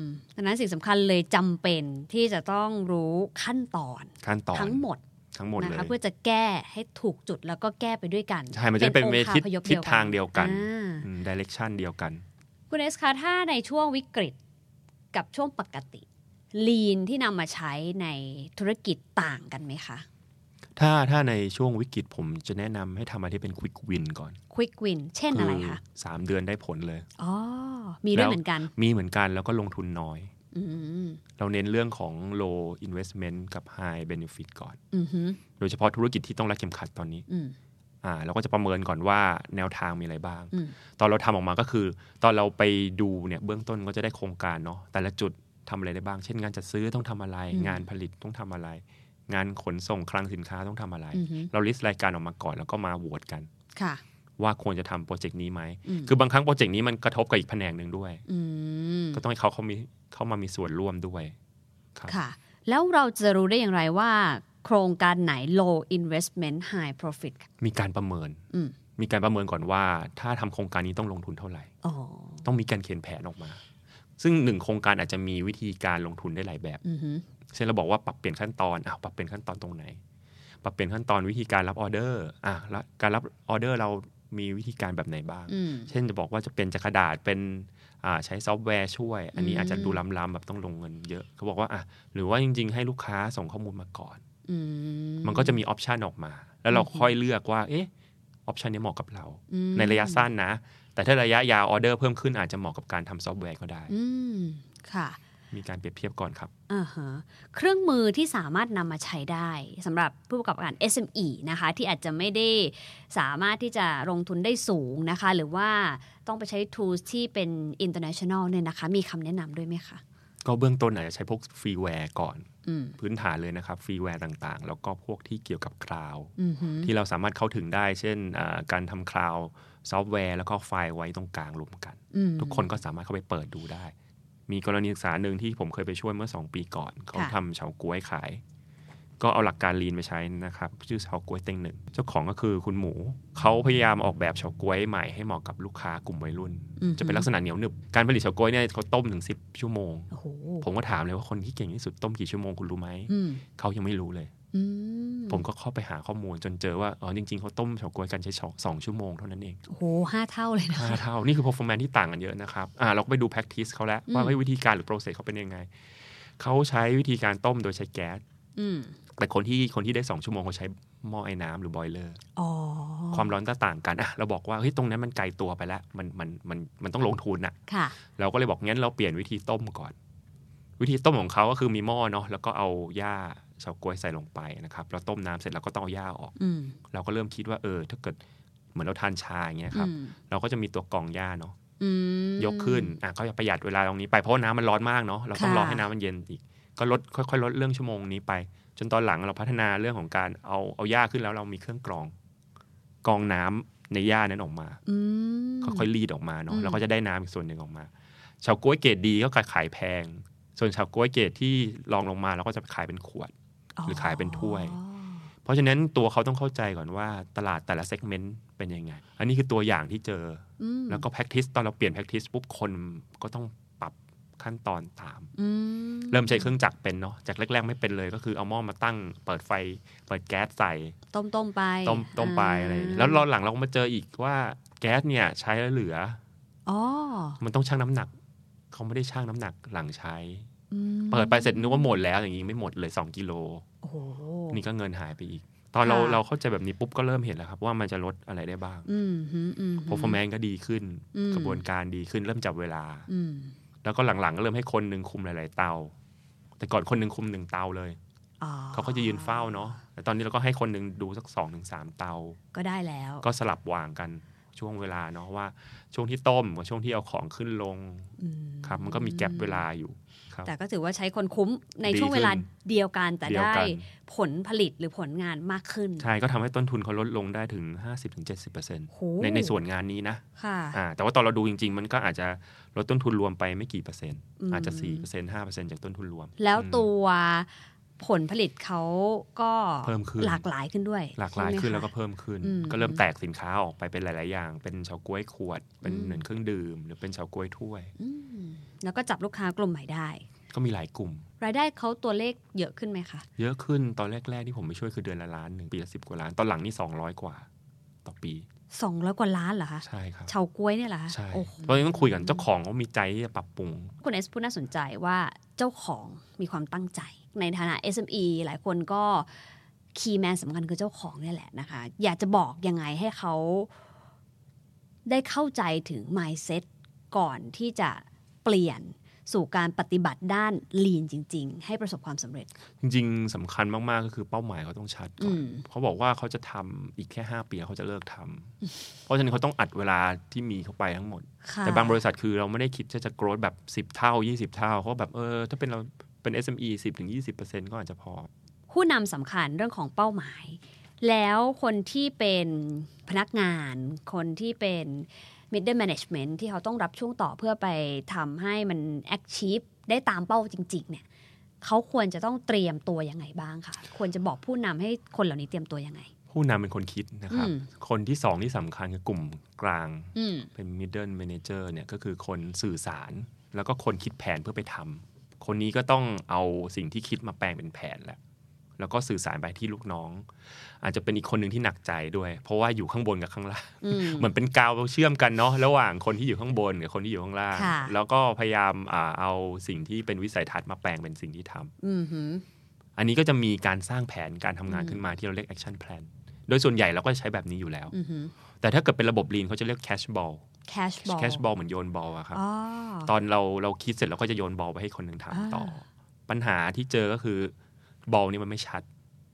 Speaker 2: มดังนั้นสิ่งสำคัญเลยจำเป็นที่จะต้องรู้ขั้นตอน
Speaker 3: ขั้นตอน
Speaker 2: ทั้งหมด
Speaker 3: ทั้งหมด
Speaker 2: นะ
Speaker 3: เลย
Speaker 2: คะเพื่อจะแก้ให้ถูกจุดแล้วก็แก้ไปด้วยกัน
Speaker 3: ใช่มันจะได้เป็น
Speaker 2: อง
Speaker 3: เว
Speaker 2: ค์
Speaker 3: ทิศ
Speaker 2: คาพยพ
Speaker 3: ทิศทางเดียวกัน
Speaker 2: อ่า
Speaker 3: ดิเรกชันเดียวกัน
Speaker 2: คุณเอสคะถ้าในช่วงวิกฤตกับช่วงปกติ ลีนที่นำมาใช้ในธุรกิจต่างกันไหมคะ
Speaker 3: ถ้าถ้าในช่วงวิกฤตผมจะแนะนำให้ทำอะไรที่เป็นควิกวินก่อน
Speaker 2: ควิกวินเช่นอะไรคะ
Speaker 3: สามเดือนได้ผลเลย
Speaker 2: อ๋อมีด้วย
Speaker 3: แล้ว
Speaker 2: เหมือนกัน
Speaker 3: มีเหมือนกันแล้วก็ลงทุนน้อย
Speaker 2: อืม
Speaker 3: เราเน้นเรื่องของ low investment กับ high benefit ก่อน
Speaker 2: อืมฮึ
Speaker 3: โดยเฉพาะธุรกิจที่ต้องรัดเข็มขัดตอนนี้
Speaker 2: อืม
Speaker 3: อ่าเราก็จะประเมินก่อนว่าแนวทางมีอะไรบ้าง
Speaker 2: อืม
Speaker 3: ตอนเราทำออกมาก็คือ ตอนเราไปดูเนี่ยเบื้องต้นก็จะได้โครงการเนาะแต่ละจุดทำอะไรได้บ้าง เช่นงานจัดซื้อต้องทำอะไร งานผลิตต้องทำอะไร งานขนส่งคลังสินค้าต้องทำอะไร
Speaker 4: อือฮึ
Speaker 3: เราลิสต์รายการออกมาก่อนแล้วก็มาโหวตกัน
Speaker 4: ค่ะ
Speaker 3: ว่าควรจะทำโปรเจกต์นี้ไหม
Speaker 4: อืม
Speaker 3: คือบางครั้งโปรเจกต์นี้มันกระทบกับอีกแผนกหนึ่งด้วย
Speaker 4: อืม
Speaker 3: ก็ต้องให้เขาเขามีเขามามีส่วนร่วมด้วย ครับ
Speaker 4: ค่ะ แล้วเราจะรู้ได้อย่างไรว่า โครงการไหน low investment high profit ค่ะ
Speaker 3: มีการประเมิน
Speaker 4: อืม
Speaker 3: มีการประเมินก่อนว่า ถ้าทำโครงการนี้ต้องลงทุนเท่าไหร่
Speaker 4: อ๋อ
Speaker 3: ต้องมีการเขียนแผนออกมา ซึ่งหนึ่งโครงการอาจจะมีวิธีการลงทุนได้หลายแบบ
Speaker 4: อือฮึ
Speaker 3: เช่นเราบอกว่าปรับเปลี่ยนขั้นตอนอ้าวปรับเปลี่ยนขั้นตอนตรงไหน ปรับเปลี่ยนขั้นตอนวิธีการรับออเดอร์อ่ะแล้วการรับออเดอร์เรามีวิธีการแบบไหนบ้าง
Speaker 4: อืม
Speaker 3: เช่นจะบอกว่าจะเป็นจากกระดาษเป็นอ่าใช้ซอฟต์แวร์ช่วย อันนี้
Speaker 4: อืม
Speaker 3: อาจจะดูล้ำๆแบบต้องลงเงินเยอะ เขาบอกว่าอ่ะหรือว่าจริง ๆ ให้ลูกค้าส่งข้อมูลมาก่อน
Speaker 4: อื
Speaker 3: มันก็จะมีออปชันออกมา แล้วเราค่อยเลือกว่าเอ๊ะออปชันนี้เหมาะกับเรา
Speaker 4: อืม
Speaker 3: ในระยะสั้นนะ แต่ถ้าระยะยาวออเดอร์เพิ่มขึ้นอาจจะเหมาะกับการทำซอฟต์แวร์ก็ได้
Speaker 4: อืมค่ะ
Speaker 3: มีการเปรียบเทียบก่อนครับ
Speaker 4: อ่าฮะ
Speaker 2: เครื่องมือที่สามารถนำมาใช้ได้สำหรับผู้ประกอบการ SME นะคะ ที่อาจจะไม่ได้สามารถที่จะลงทุนได้สูงนะคะ หรือว่าต้องไปใช้ tools ที่เป็น international เนี่ยนะคะ มีคำแนะนำด้วยไหมคะ
Speaker 3: ก็เบื้องต้นอาจจะใช้พวกฟรีแวร์ก่อน
Speaker 4: อืม
Speaker 3: พื้นฐานเลยนะครับฟรีแวร์ต่างๆ แล้วก็พวกที่เกี่ยวกับคลาวด์
Speaker 4: อือฮึ
Speaker 3: ที่เราสามารถเข้าถึงได้ เช่นอ่าการทำคลาวด์ซอฟต์แวร์แล้วก็ไฟล์ไว้ตรงกลางรวมกัน
Speaker 4: อืม
Speaker 3: ทุกคนก็สามารถเข้าไปเปิดดูได้ มีกรณีศึกษาหนึ่งที่ผมเคยไปช่วยเมื่อ 2 ปีก่อน เขา
Speaker 4: ค่ะ
Speaker 3: ทำเฉาก๊วยขาย ก็เอาหลักการลีนไปใช้นะครับ ชื่อเฉาก๊วยเต็งหนึ่ง เจ้าของก็คือคุณหมู เขาพยายามออกแบบเฉาก๊วยใหม่ให้เหมาะกับลูกค้ากลุ่มวัยรุ่น
Speaker 4: อือฮึ
Speaker 3: จะเป็นลักษณะเหนียวหนึบ การผลิตเฉาก๊วยเนี่ยเขาต้มถึง 10 ชั่วโมง
Speaker 4: โอ้โห
Speaker 3: ผมก็ถามเลยว่าคนที่เก่งที่สุดต้มกี่ชั่วโมงคุณรู้ไหม
Speaker 4: อืม
Speaker 3: เขายังไม่รู้เลย
Speaker 4: อืม
Speaker 3: ผมก็เข้าไปหาข้อมูลจนเจอว่า อ๋อ จริงๆเขาต้มเฉาก๊วยกันใช้สองชั่วโมงเท่านั้นเอง
Speaker 4: โอ้โหห้าเท่าเลยนะ
Speaker 3: ห้าเท่า นี่คือ performance ที่ต่างกันเยอะนะครับ อ่าเราก็ไปดู practice เขาแล้ว ว่า
Speaker 4: อืม
Speaker 3: เฮ้ยวิธีการหรือ process เขาเป็นยังไง เขาใช้วิธีการต้มโดยใช้แก๊ส
Speaker 4: อืม
Speaker 3: แต่คนที่คนที่ได้ 2 ชั่วโมงเขาใช้หม้อไอ้น้ำหรือ boiler
Speaker 4: อ๋อ
Speaker 3: ความร้อนก็ต่างกัน อ่ะ เราบอกว่า เฮ้ย ตรงนั้นมันไกลตัวไปแล้ว มันมันมันมันต้องลงทุนอ่ะ
Speaker 4: ค่ะ
Speaker 3: เราก็เลยบอกงั้นเราเปลี่ยนวิธีต้มก่อน วิธีต้มของเขาก็คือมีหม้อเนาะ แล้วก็เอาหญ้าเฉาก๊วยใส่ลงไปนะครับ เราต้มน้ำเสร็จเราก็ต้องเอาหญ้าออก
Speaker 4: อืม
Speaker 3: เราก็เริ่มคิดว่า เออ ถ้าเกิดเหมือนเราทานชาอย่างเงี้ยครับ
Speaker 4: อืม
Speaker 3: เราก็จะมีตัวกรองหญ้าเนาะ
Speaker 4: อืม
Speaker 3: ยกขึ้น อ่ะก็จะประหยัดเวลาตรงนี้ไป เพราะว่าน้ำมันร้อนมากเนาะ เราต้อง
Speaker 4: ค่ะ
Speaker 3: รอให้น้ำมันเย็นอีก ก็ลดค่อยๆ ลดเรื่องชั่วโมงนี้ไป จนตอนหลังเราพัฒนาเรื่องของการเอาเอาหญ้าขึ้นแล้วเรามีเครื่องกรอง กรองน้ำในหญ้านั้นออกมา
Speaker 4: อืม
Speaker 3: ค่อยๆรีดออกมาเนาะ
Speaker 4: อืม
Speaker 3: เราก็จะได้น้ำอีกส่วนหนึ่งออกมาชาวกล้วยเกรดดีก็ขายแพง ส่วนชาวกล้วยเกรดที่รองลงมาเราก็จะขายเป็นขวด หรือขายเป็นถ้วย เพราะฉะนั้นตัวเขาต้องเข้าใจก่อนว่าตลาดแต่ละเซกเมนต์เป็นยังไง อันนี้คือตัวอย่างที่เจอ
Speaker 4: อืม
Speaker 3: แล้วก็ practice ตอนเราเปลี่ยน practice ปุ๊บคนก็ต้องปรับขั้นตอนตาม
Speaker 4: อืม
Speaker 3: เริ่มใช้เครื่องจักรเป็นเนาะจากแรก ๆ ไม่เป็นเลยก็คือเอาหม้อมาตั้ง เปิดไฟ เปิดแก๊สใส่
Speaker 4: ต้มต้มไป
Speaker 3: ต้มต้มไปอะไรอย่างงี้แล้วเราหลังเราก็มาเจออีกว่าแก๊สเนี่ยใช้แล้วเหลือ
Speaker 4: อ๋อ
Speaker 3: มันต้องชั่งน้ำหนัก เขาไม่ได้ชั่งน้ำหนักหลังใช้
Speaker 4: อืม
Speaker 3: เปิดไปเสร็จนึกว่าหมดแล้วอย่างนี้ไม่หมดเลย 2 กิโล
Speaker 4: โอ้โห
Speaker 3: นี่ก็เงินหายไปอีก ตอนเรา
Speaker 4: ค่ะ
Speaker 3: เราเข้าใจแบบนี้ปุ๊บก็เริ่มเห็นแล้วครับว่ามันจะลดอะไรได้บ้าง
Speaker 4: อืมฮึอืมฮึ
Speaker 3: performance ก็ดีขึ้น
Speaker 4: อืม
Speaker 3: กระบวนการดีขึ้นเริ่มจับเวลา
Speaker 4: อืม
Speaker 3: แล้วก็หลังๆก็เริ่มให้คนหนึ่งคุมหลาย ๆ เตา แต่ก่อนคนหนึ่งคุมหนึ่งเตาเลย
Speaker 4: อ๋อ
Speaker 3: เขาก็จะยืนเฝ้าเนาะ แต่ตอนนี้เราก็ให้คนหนึ่งดูสักสองถึงสามเตา
Speaker 4: ก็ได้แล้ว
Speaker 3: ก็สลับวางกันช่วงเวลาเนาะว่าช่วงที่ต้มกับช่วงที่เอาของขึ้นลง
Speaker 4: อืม
Speaker 3: ครับ มันก็มีแกลบเวลาอยู่ครับ
Speaker 4: แต่ก็ถือว่าใช้คนคุ้มใน
Speaker 3: ดี
Speaker 2: ใน
Speaker 3: ขึ้น
Speaker 2: ช่
Speaker 4: ช่
Speaker 2: ว
Speaker 4: ว
Speaker 2: ง
Speaker 4: ง
Speaker 2: เว
Speaker 4: เว
Speaker 2: ลา
Speaker 4: ลา
Speaker 2: เดียวกันแต่
Speaker 3: เดียว
Speaker 2: ได้
Speaker 3: กัน
Speaker 2: ผลผลิตหรือผลงานมากขึ้น
Speaker 3: ใช่ก็ทำให้ต้นทุนเขาลดลงได้ถึง 50-70%
Speaker 4: โห
Speaker 3: ในในส่วนงานนี้นะ
Speaker 4: ค่ะ
Speaker 3: อ่าแต่ว่าตอนเราดูจริง ๆ มันก็อาจจะลดต้นทุนรวมไปไม่กี่เปอร์เซ็นต์
Speaker 4: อืม
Speaker 3: อาจจะ 4% 5%จากต้นทุนรวม
Speaker 4: แล้วตัวผลผลิตเขาก็
Speaker 3: เพิ่มขึ้น
Speaker 4: หลากหลายขึ้นด้วย
Speaker 3: หลากหลาย
Speaker 4: ใช่ไม
Speaker 3: ขึ้น
Speaker 4: คะ
Speaker 3: แล้วก็เพิ่มขึ้น
Speaker 4: อืม
Speaker 3: ก็เริ่มแตกสินค้าออกไปเป็นหลาย ๆ อย่าง เป็นเฉาก๊วยขวด เป็น
Speaker 4: อืม
Speaker 3: เหมือนเครื่องดื่ม หรือเป็นเฉาก๊วยถ้วย
Speaker 4: อืมแล้วก็จับลูกค้ากลุ่มใหม่ได้
Speaker 3: ก็มีหลายกลุ่ม
Speaker 4: รายได้เขาตัวเลขเยอะขึ้นไหมคะ
Speaker 3: เยอะขึ้นตอนแรก ๆ ที่ผมไปช่วยคือเดือนละล้านหนึ่งปีละสิบกว่าล้าน ตอนหลังนี่ 200 กว่า ต่อปี
Speaker 4: 200 กว่าล้านเหรอคะ
Speaker 3: ใช่ครับ
Speaker 4: เฉาก้วยเนี่ยเหรอคะ
Speaker 3: ใช่
Speaker 4: โอ้โห
Speaker 3: เพราะฉะนั้นต้องคุยกันเจ้าของเขามีใจที่จะปรับปรุง
Speaker 2: คุณเอสพูดน่าสนใจว่าเจ้าของมีความตั้งใจ ในฐานะ SME หลายคนก็คีย์แมนสำคัญคือเจ้าของเนี่ยแหละนะคะ อยากจะบอกยังไงให้เขาได้เข้าใจถึง mindset ก่อนที่จะเปลี่ยนสู่การปฏิบัติด้าน lean จริง ๆ ให้ประสบความสำเร็จ
Speaker 3: จริง ๆสำคัญมาก ๆ ก็คือเป้าหมายเขาต้องชัดก่อน
Speaker 2: อืม
Speaker 3: เขาบอกว่าเขาจะทำอีกแค่ 5 ปีเขาจะเลิกทำเพราะฉะนั้นเขาต้องอัดเวลาที่มีเข้าไปทั้งหมด
Speaker 4: ค่ะ
Speaker 3: แต่บางบริษัทคือเราไม่ได้คิดจะจะโกรธแบบ 10 เท่า 20 เท่าเขาแบบเออถ้าเป็นเราเป็น SME 10-20%ก็อาจจะพอ
Speaker 2: ผู้นำสำคัญเรื่องของเป้าหมาย แล้วคนที่เป็นพนักงาน คนที่เป็น middle management ที่เขาต้องรับช่วงต่อเพื่อไปทำให้มัน achieve ได้ตามเป้าจริง ๆ เนี่ยเขาควรจะต้องเตรียมตัวยังไงบ้างคะควรจะบอกผู้นำให้คนเหล่านี้เตรียมตัวยังไง
Speaker 3: ผู้นำเป็นคนคิดนะครับ
Speaker 2: อืม
Speaker 3: คนที่สองที่สำคัญคือกลุ่มกลาง
Speaker 2: อืม
Speaker 3: เป็น middle manager เนี่ยก็คือคนสื่อสาร แล้วก็คนคิดแผนเพื่อไปทำคนนี้ก็ต้องเอาสิ่งที่คิดมาแปลงเป็นแผนแหละแล้วก็สื่อสารไปที่ลูกน้อง อาจจะเป็นอีกคนหนึ่งที่หนักใจด้วย เพราะว่าอยู่ข้างบนกับข้างล่าง
Speaker 2: อืม
Speaker 3: เหมือนเป็นกาวเชื่อมกันเนาะระหว่างคนที่อยู่ข้างบนกับคนที่อยู่ข้างล่าง
Speaker 2: ค่ะ
Speaker 3: แล้วก็พยายามอ่าเอาสิ่งที่เป็นวิสัยทัศน์มาแปลงเป็นสิ่งที่ทำ
Speaker 2: อืมหือ
Speaker 3: อันนี้ก็จะมีการสร้างแผนการทำงานขึ้นมาที่เราเรียก action plan โดยส่วนใหญ่เราก็จะใช้แบบนี้อยู่แล้ว
Speaker 2: อือหือ
Speaker 3: แต่ถ้าเกิดเป็นระบบ lean เขาจะเรียก cash ball
Speaker 2: cash ball
Speaker 3: cash ball เหมือนโยนบอลอะครับ
Speaker 2: อ๋อ
Speaker 3: ตอนเราเราคิดเสร็จเราก็จะโยนบอลไปให้คนหนึ่งถามต่ออปัญหาที่เจอก็คือบอลนี่มันไม่ชัด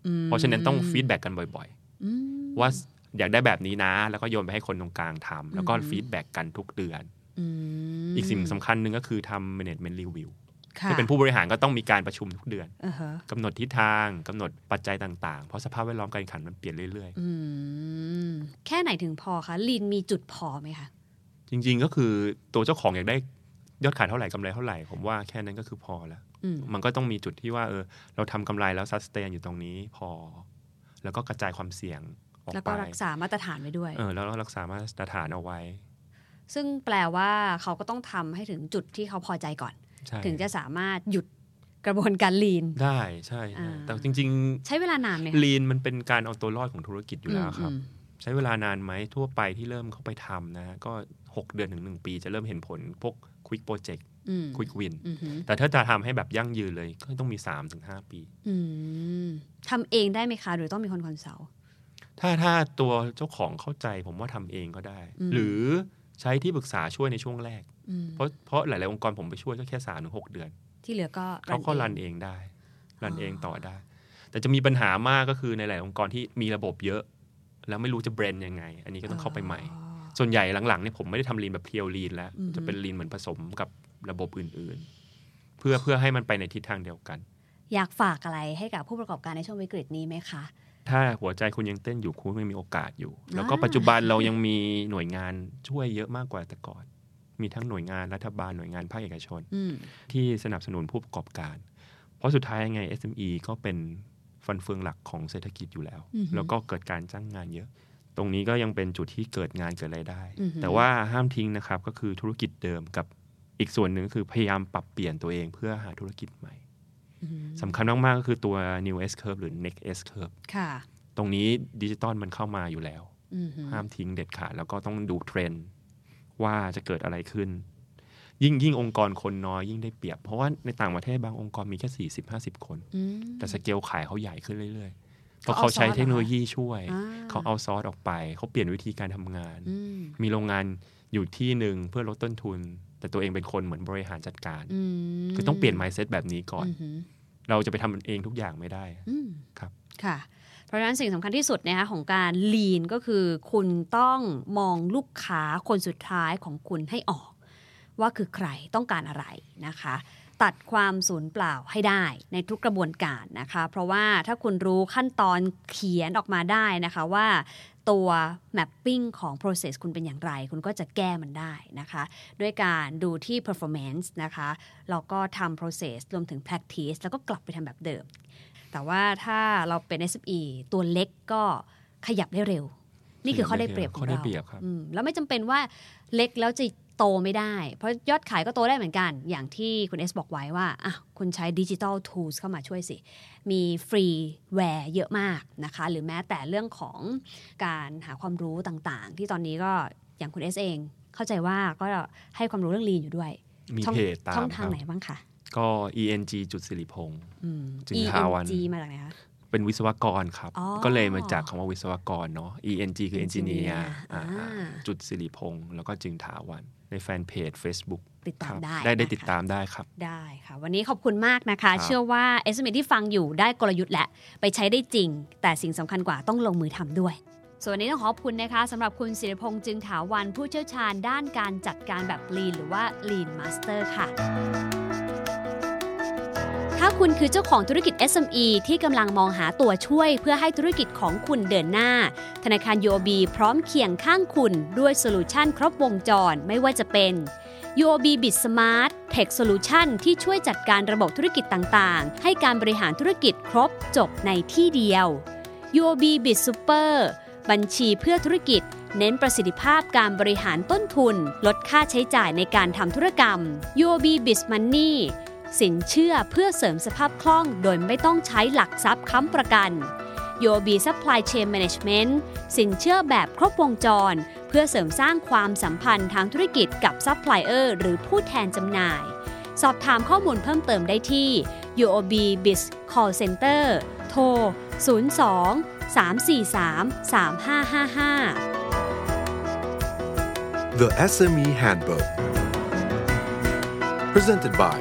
Speaker 2: อืม
Speaker 3: เพราะฉะนั้นต้องฟีดแบ็กกันบ่อย
Speaker 2: อืม
Speaker 3: ๆ ว่าอยากได้แบบนี้นะ แล้วก็โยนไปให้คนตรงกลางทำแล้วก็ฟีดแบ็กกันทุกเดือน
Speaker 2: ม
Speaker 3: อีกสิ่งสำคัญหนึ่งก็คือทำ management review
Speaker 2: ค่ะ
Speaker 3: ที่เป็นผู้บริหารก็ต้องมีการประชุมทุกเดือน
Speaker 2: อ่าฮะ
Speaker 3: กำหนดทิศทาง กำหนดปัจจัยต่าง ๆ เพราะสภาพแวดล้อมการแข่งขันมันเปลี่ยนเรื่อย
Speaker 2: อืมแค่ไหนถึงพอคะลีนมีจุดพอไหมคะ
Speaker 3: ๆ จริง ๆ ก็คือตัวเจ้าของอยากได้ยอดขายเท่าไหร่กำไรเท่าไหร่ ผมว่าแค่นั้นก็คือพอแล้ว
Speaker 2: อืม
Speaker 3: มันก็ต้องมีจุดที่ว่าเออเราทำกำไรแล้วซัสเตนอยู่ตรงนี้พอ แล้วก็กระจายความเสี่ยงออก
Speaker 2: แล้ว
Speaker 3: ไป
Speaker 2: ก็รักษามาตรฐานไว้ด้วย
Speaker 3: เออแล้วรักษามาตรฐานเอาไว้
Speaker 2: ซึ่งแปลว่าเขาก็ต้องทำให้ถึงจุดที่เขาพอใจก่อน
Speaker 3: ใช่
Speaker 2: ถึงจะสามารถหยุดกระบวนการลีน
Speaker 3: ได้ใช่ใช่
Speaker 2: อ่า
Speaker 3: แต่จริง
Speaker 2: ใช้เวลานานไหม
Speaker 3: ๆลีนมันเป็นการเอาตัวรอดของธุรกิจอยู่แล้วครับ
Speaker 2: อืม
Speaker 3: ใช้เวลานานไหมทั่วไปที่เริ่มเข้าไปทำนะฮะก็ 6 เดือนถึง 1 ปีจะเริ่มเห็นผลพวกควิกโปรเจกต์
Speaker 2: อืม
Speaker 3: ควิกวิน
Speaker 2: อืมอืม
Speaker 3: แต่ถ้าจะทำให้แบบยั่งยืนเลยก็ต้องมี 3-5 ปี
Speaker 2: อืมทำเองได้ไหมคะ หรือต้องมีคนคอนซัลท์
Speaker 3: ถ้าถ้าตัวเจ้าของเข้าใจผมว่าทำเองก็ได้
Speaker 2: อืม
Speaker 3: หรือใช้ที่ปรึกษาช่วยในช่วงแรก
Speaker 2: อืม
Speaker 3: เพราะเพราะหลาย ๆ องค์กรผมไปช่วยก็แค่3ามถึงหเดือน
Speaker 2: ที่เหลือก็
Speaker 3: เขาก็รัน
Speaker 2: เอง
Speaker 3: เองได้ รันเองต่อได้ แต่จะมีปัญหามากก็คือในหลายองค์กรที่มีระบบเยอะ แล้วไม่รู้จะเบรนยังไง อันนี้ก็ต้องเข้าไปใหม่
Speaker 2: อ๋อ
Speaker 3: ส่วนใหญ่หลัง ๆ เนี่ยผมไม่ได้ทำลีนแบบเพียวลีนแล้ว
Speaker 2: อือฮึ
Speaker 3: จะเป็นลีนเหมือนผสมกับระบบอื่น ๆ เพื่อเพื่อให้มันไปในทิศทางเดียวกัน
Speaker 2: อยากฝากอะไรให้กับผู้ประกอบการในช่วงวิกฤตนี้ไหมคะ
Speaker 3: ถ้าหัวใจคุณยังเต้นอยู่คุณยังมีโอกาสอยู่
Speaker 2: อ่า
Speaker 3: แล้วก็ปัจจุบันเรายังมีหน่วยงานช่วยเยอะมากกว่าแต่ก่อน มีทั้งหน่วยงานรัฐบาลหน่วยงานภาคเอกชน
Speaker 2: อืม
Speaker 3: ที่สนับสนุนผู้ประกอบการ เพราะสุดท้ายยังไง SME ก็เป็นฟันเฟืองหลักของเศรษฐกิจอยู่แล้ว
Speaker 2: อือฮึ
Speaker 3: แล้วก็เกิดการจ้างงานเยอะ ตรงนี้ก็ยังเป็นจุดที่เกิดงานเกิดรายได้
Speaker 2: อือฮึ
Speaker 3: แต่ว่าห้ามทิ้งนะครับก็คือธุรกิจเดิมกับอีกส่วนหนึ่งคือพยายามปรับเปลี่ยนตัวเองเพื่อหาธุรกิจใหม่
Speaker 2: อืม
Speaker 3: สำคัญมาก ๆ ก็คือตัว new S curve หรือ next S curve
Speaker 2: ค่ะ
Speaker 3: ตรงนี้ดิจิตอลมันเข้ามาอยู่แล้ว
Speaker 2: อืมฮึ
Speaker 3: ห้ามทิ้งเด็ดขาด แล้วก็ต้องดูเทรนด์ว่าจะเกิดอะไรขึ้น ยิ่งยิ่งองค์กรคนน้อยยิ่งได้เปรียบ เพราะว่าในต่างประเทศบางองค์กรมีแค่ 4 0 50 คน
Speaker 2: อืม
Speaker 3: แต่สเกลขายเขาใหญ่ขึ้นเรื่อยๆ เพ
Speaker 2: เขา
Speaker 3: ราะเขาใช้
Speaker 2: เอาซอส
Speaker 3: เทคโนโลยีช่วย
Speaker 2: อ่า
Speaker 3: เขาเอาซอสออกไป เขาเปลี่ยนวิธีการทำงาน
Speaker 2: อืม
Speaker 3: มีโรงงานอยู่ที่หนึ่งเพื่อลดต้นทุน แต่ตัวเองเป็นคนเหมือนบริหารจัดการ
Speaker 2: อืม
Speaker 3: คือต้องเปลี่ยน mindset แบบนี้ก่อน
Speaker 2: อือหือ
Speaker 3: เราจะไปทำเองทุกอย่างไม่ได้
Speaker 2: อืม
Speaker 3: ครับ
Speaker 2: ค่ะ เพราะฉะนั้นสิ่งสำคัญที่สุดนะคะของการ lean ก็คือคุณต้องมองลูกค้าคนสุดท้ายของคุณให้ออก ว่าคือใครต้องการอะไรนะคะ ตัดความสูญเปล่าให้ได้ในทุกกระบวนการนะคะ เพราะว่าถ้าคุณรู้ขั้นตอนเขียนออกมาได้นะคะว่า ตัว mapping ของ process คุณเป็นอย่างไร คุณก็จะแก้มันได้นะคะ ด้วยการดูที่ performance นะคะแล้วก็ทำ process รวมถึง practice แล้วก็กลับไปทำแบบเดิม แต่ว่าถ้าเราเป็น SME ตัวเล็กก็ขยับได้เร็ว นี่คือข้อได้เปรียบของ
Speaker 3: ข้อได้
Speaker 2: เรา
Speaker 3: เปรียบครับ
Speaker 2: อืมแล้วไม่จำเป็นว่าเล็กแล้วจะโตไม่ได้ เพราะยอดขายก็โตได้เหมือนกัน อย่างที่คุณเอสบอกไว้ว่าอ่ะคุณใช้ดิจิทัลทูสเข้ามาช่วยสิ มีฟรีแวร์เยอะมากนะคะ หรือแม้แต่เรื่องของการหาความรู้ต่างๆ ที่ตอนนี้ก็อย่างคุณเอสเอง เข้าใจว่าก็ให้ความรู้เรื่องลีนอยู่ด้วย
Speaker 3: มี
Speaker 2: ช่อง
Speaker 3: เพจตาม
Speaker 2: ช่องทาง
Speaker 3: ครับ
Speaker 2: ไหนบ้างคะ
Speaker 3: ก็ eng จุดสิริพงษ์
Speaker 2: อืม
Speaker 3: จึงหาวัน
Speaker 2: มาจากไหนคะ
Speaker 3: เป็นวิศวกรครับ
Speaker 2: อ๋อ
Speaker 3: ก็เลยมาจากคำว่าวิศวกรเนาะ ENG คือ engineer
Speaker 2: engineer อ
Speaker 3: อ่า
Speaker 2: ่า
Speaker 3: จุดสิริพงศ์แล้วก็จึงถาวัน ในแฟนเพจ Facebook
Speaker 2: ติดตา
Speaker 3: ค
Speaker 2: ม
Speaker 3: รับ
Speaker 2: ได้
Speaker 3: ได้ได้
Speaker 2: นะคะ
Speaker 3: ติดตามได้ครับ
Speaker 2: ได้ค่ะ วันนี้ขอบคุณมากนะคะ
Speaker 3: ครับ
Speaker 2: เชื่อว่า s m e ที่ฟังอยู่ได้กลยุทธ์และ ไปใช้ได้จริง แต่สิ่งสำคัญกว่าต้องลงมือทำด้วย ส่วนวันนี้ต้องขอบคุณนะคะสำหรับคุณศิริพงษ์จึงถาวรผู้เชี่ยวชาญด้านการจัดการแบบ Lean หรือว่า Lean Master ค่ะ ถ้า ถ้าคุณคือเจ้าของธุรกิจ SME ที่กำลังมองหาตัวช่วยเพื่อให้ธุรกิจของคุณเดินหน้า ธนาคาร UOB พร้อมเคียงข้างคุณด้วยโซลูชันครบวงจรไม่ว่าจะเป็น UOB Bit Smart Tech Solution ที่ช่วยจัดการระบบธุรกิจต่างๆ ให้การบริหารธุรกิจครบจบในที่เดียว UOB Bit Super บัญชีเพื่อธุรกิจ เน้นประสิทธิภาพการบริหารต้นทุน ลดค่าใช้จ่ายในการทำธุรกรรม UOB Biz Money สินเชื่อเพื่อเสริมสภาพคล่องโดยไม่ต้องใช้หลักทรัพย์ค้ำประกัน UOB Supply Chain Management สินเชื่อแบบครบวงจร เพื่อเสริมสร้างความสัมพันธ์ทางธุรกิจกับซัพพลายเออร์หรือผู้แทนจำหน่าย สอบถามข้อมูลเพิ่มเติมได้ที่ UOB Biz Call Center โทร 02 343 3555
Speaker 1: The SME Handbook. Presented by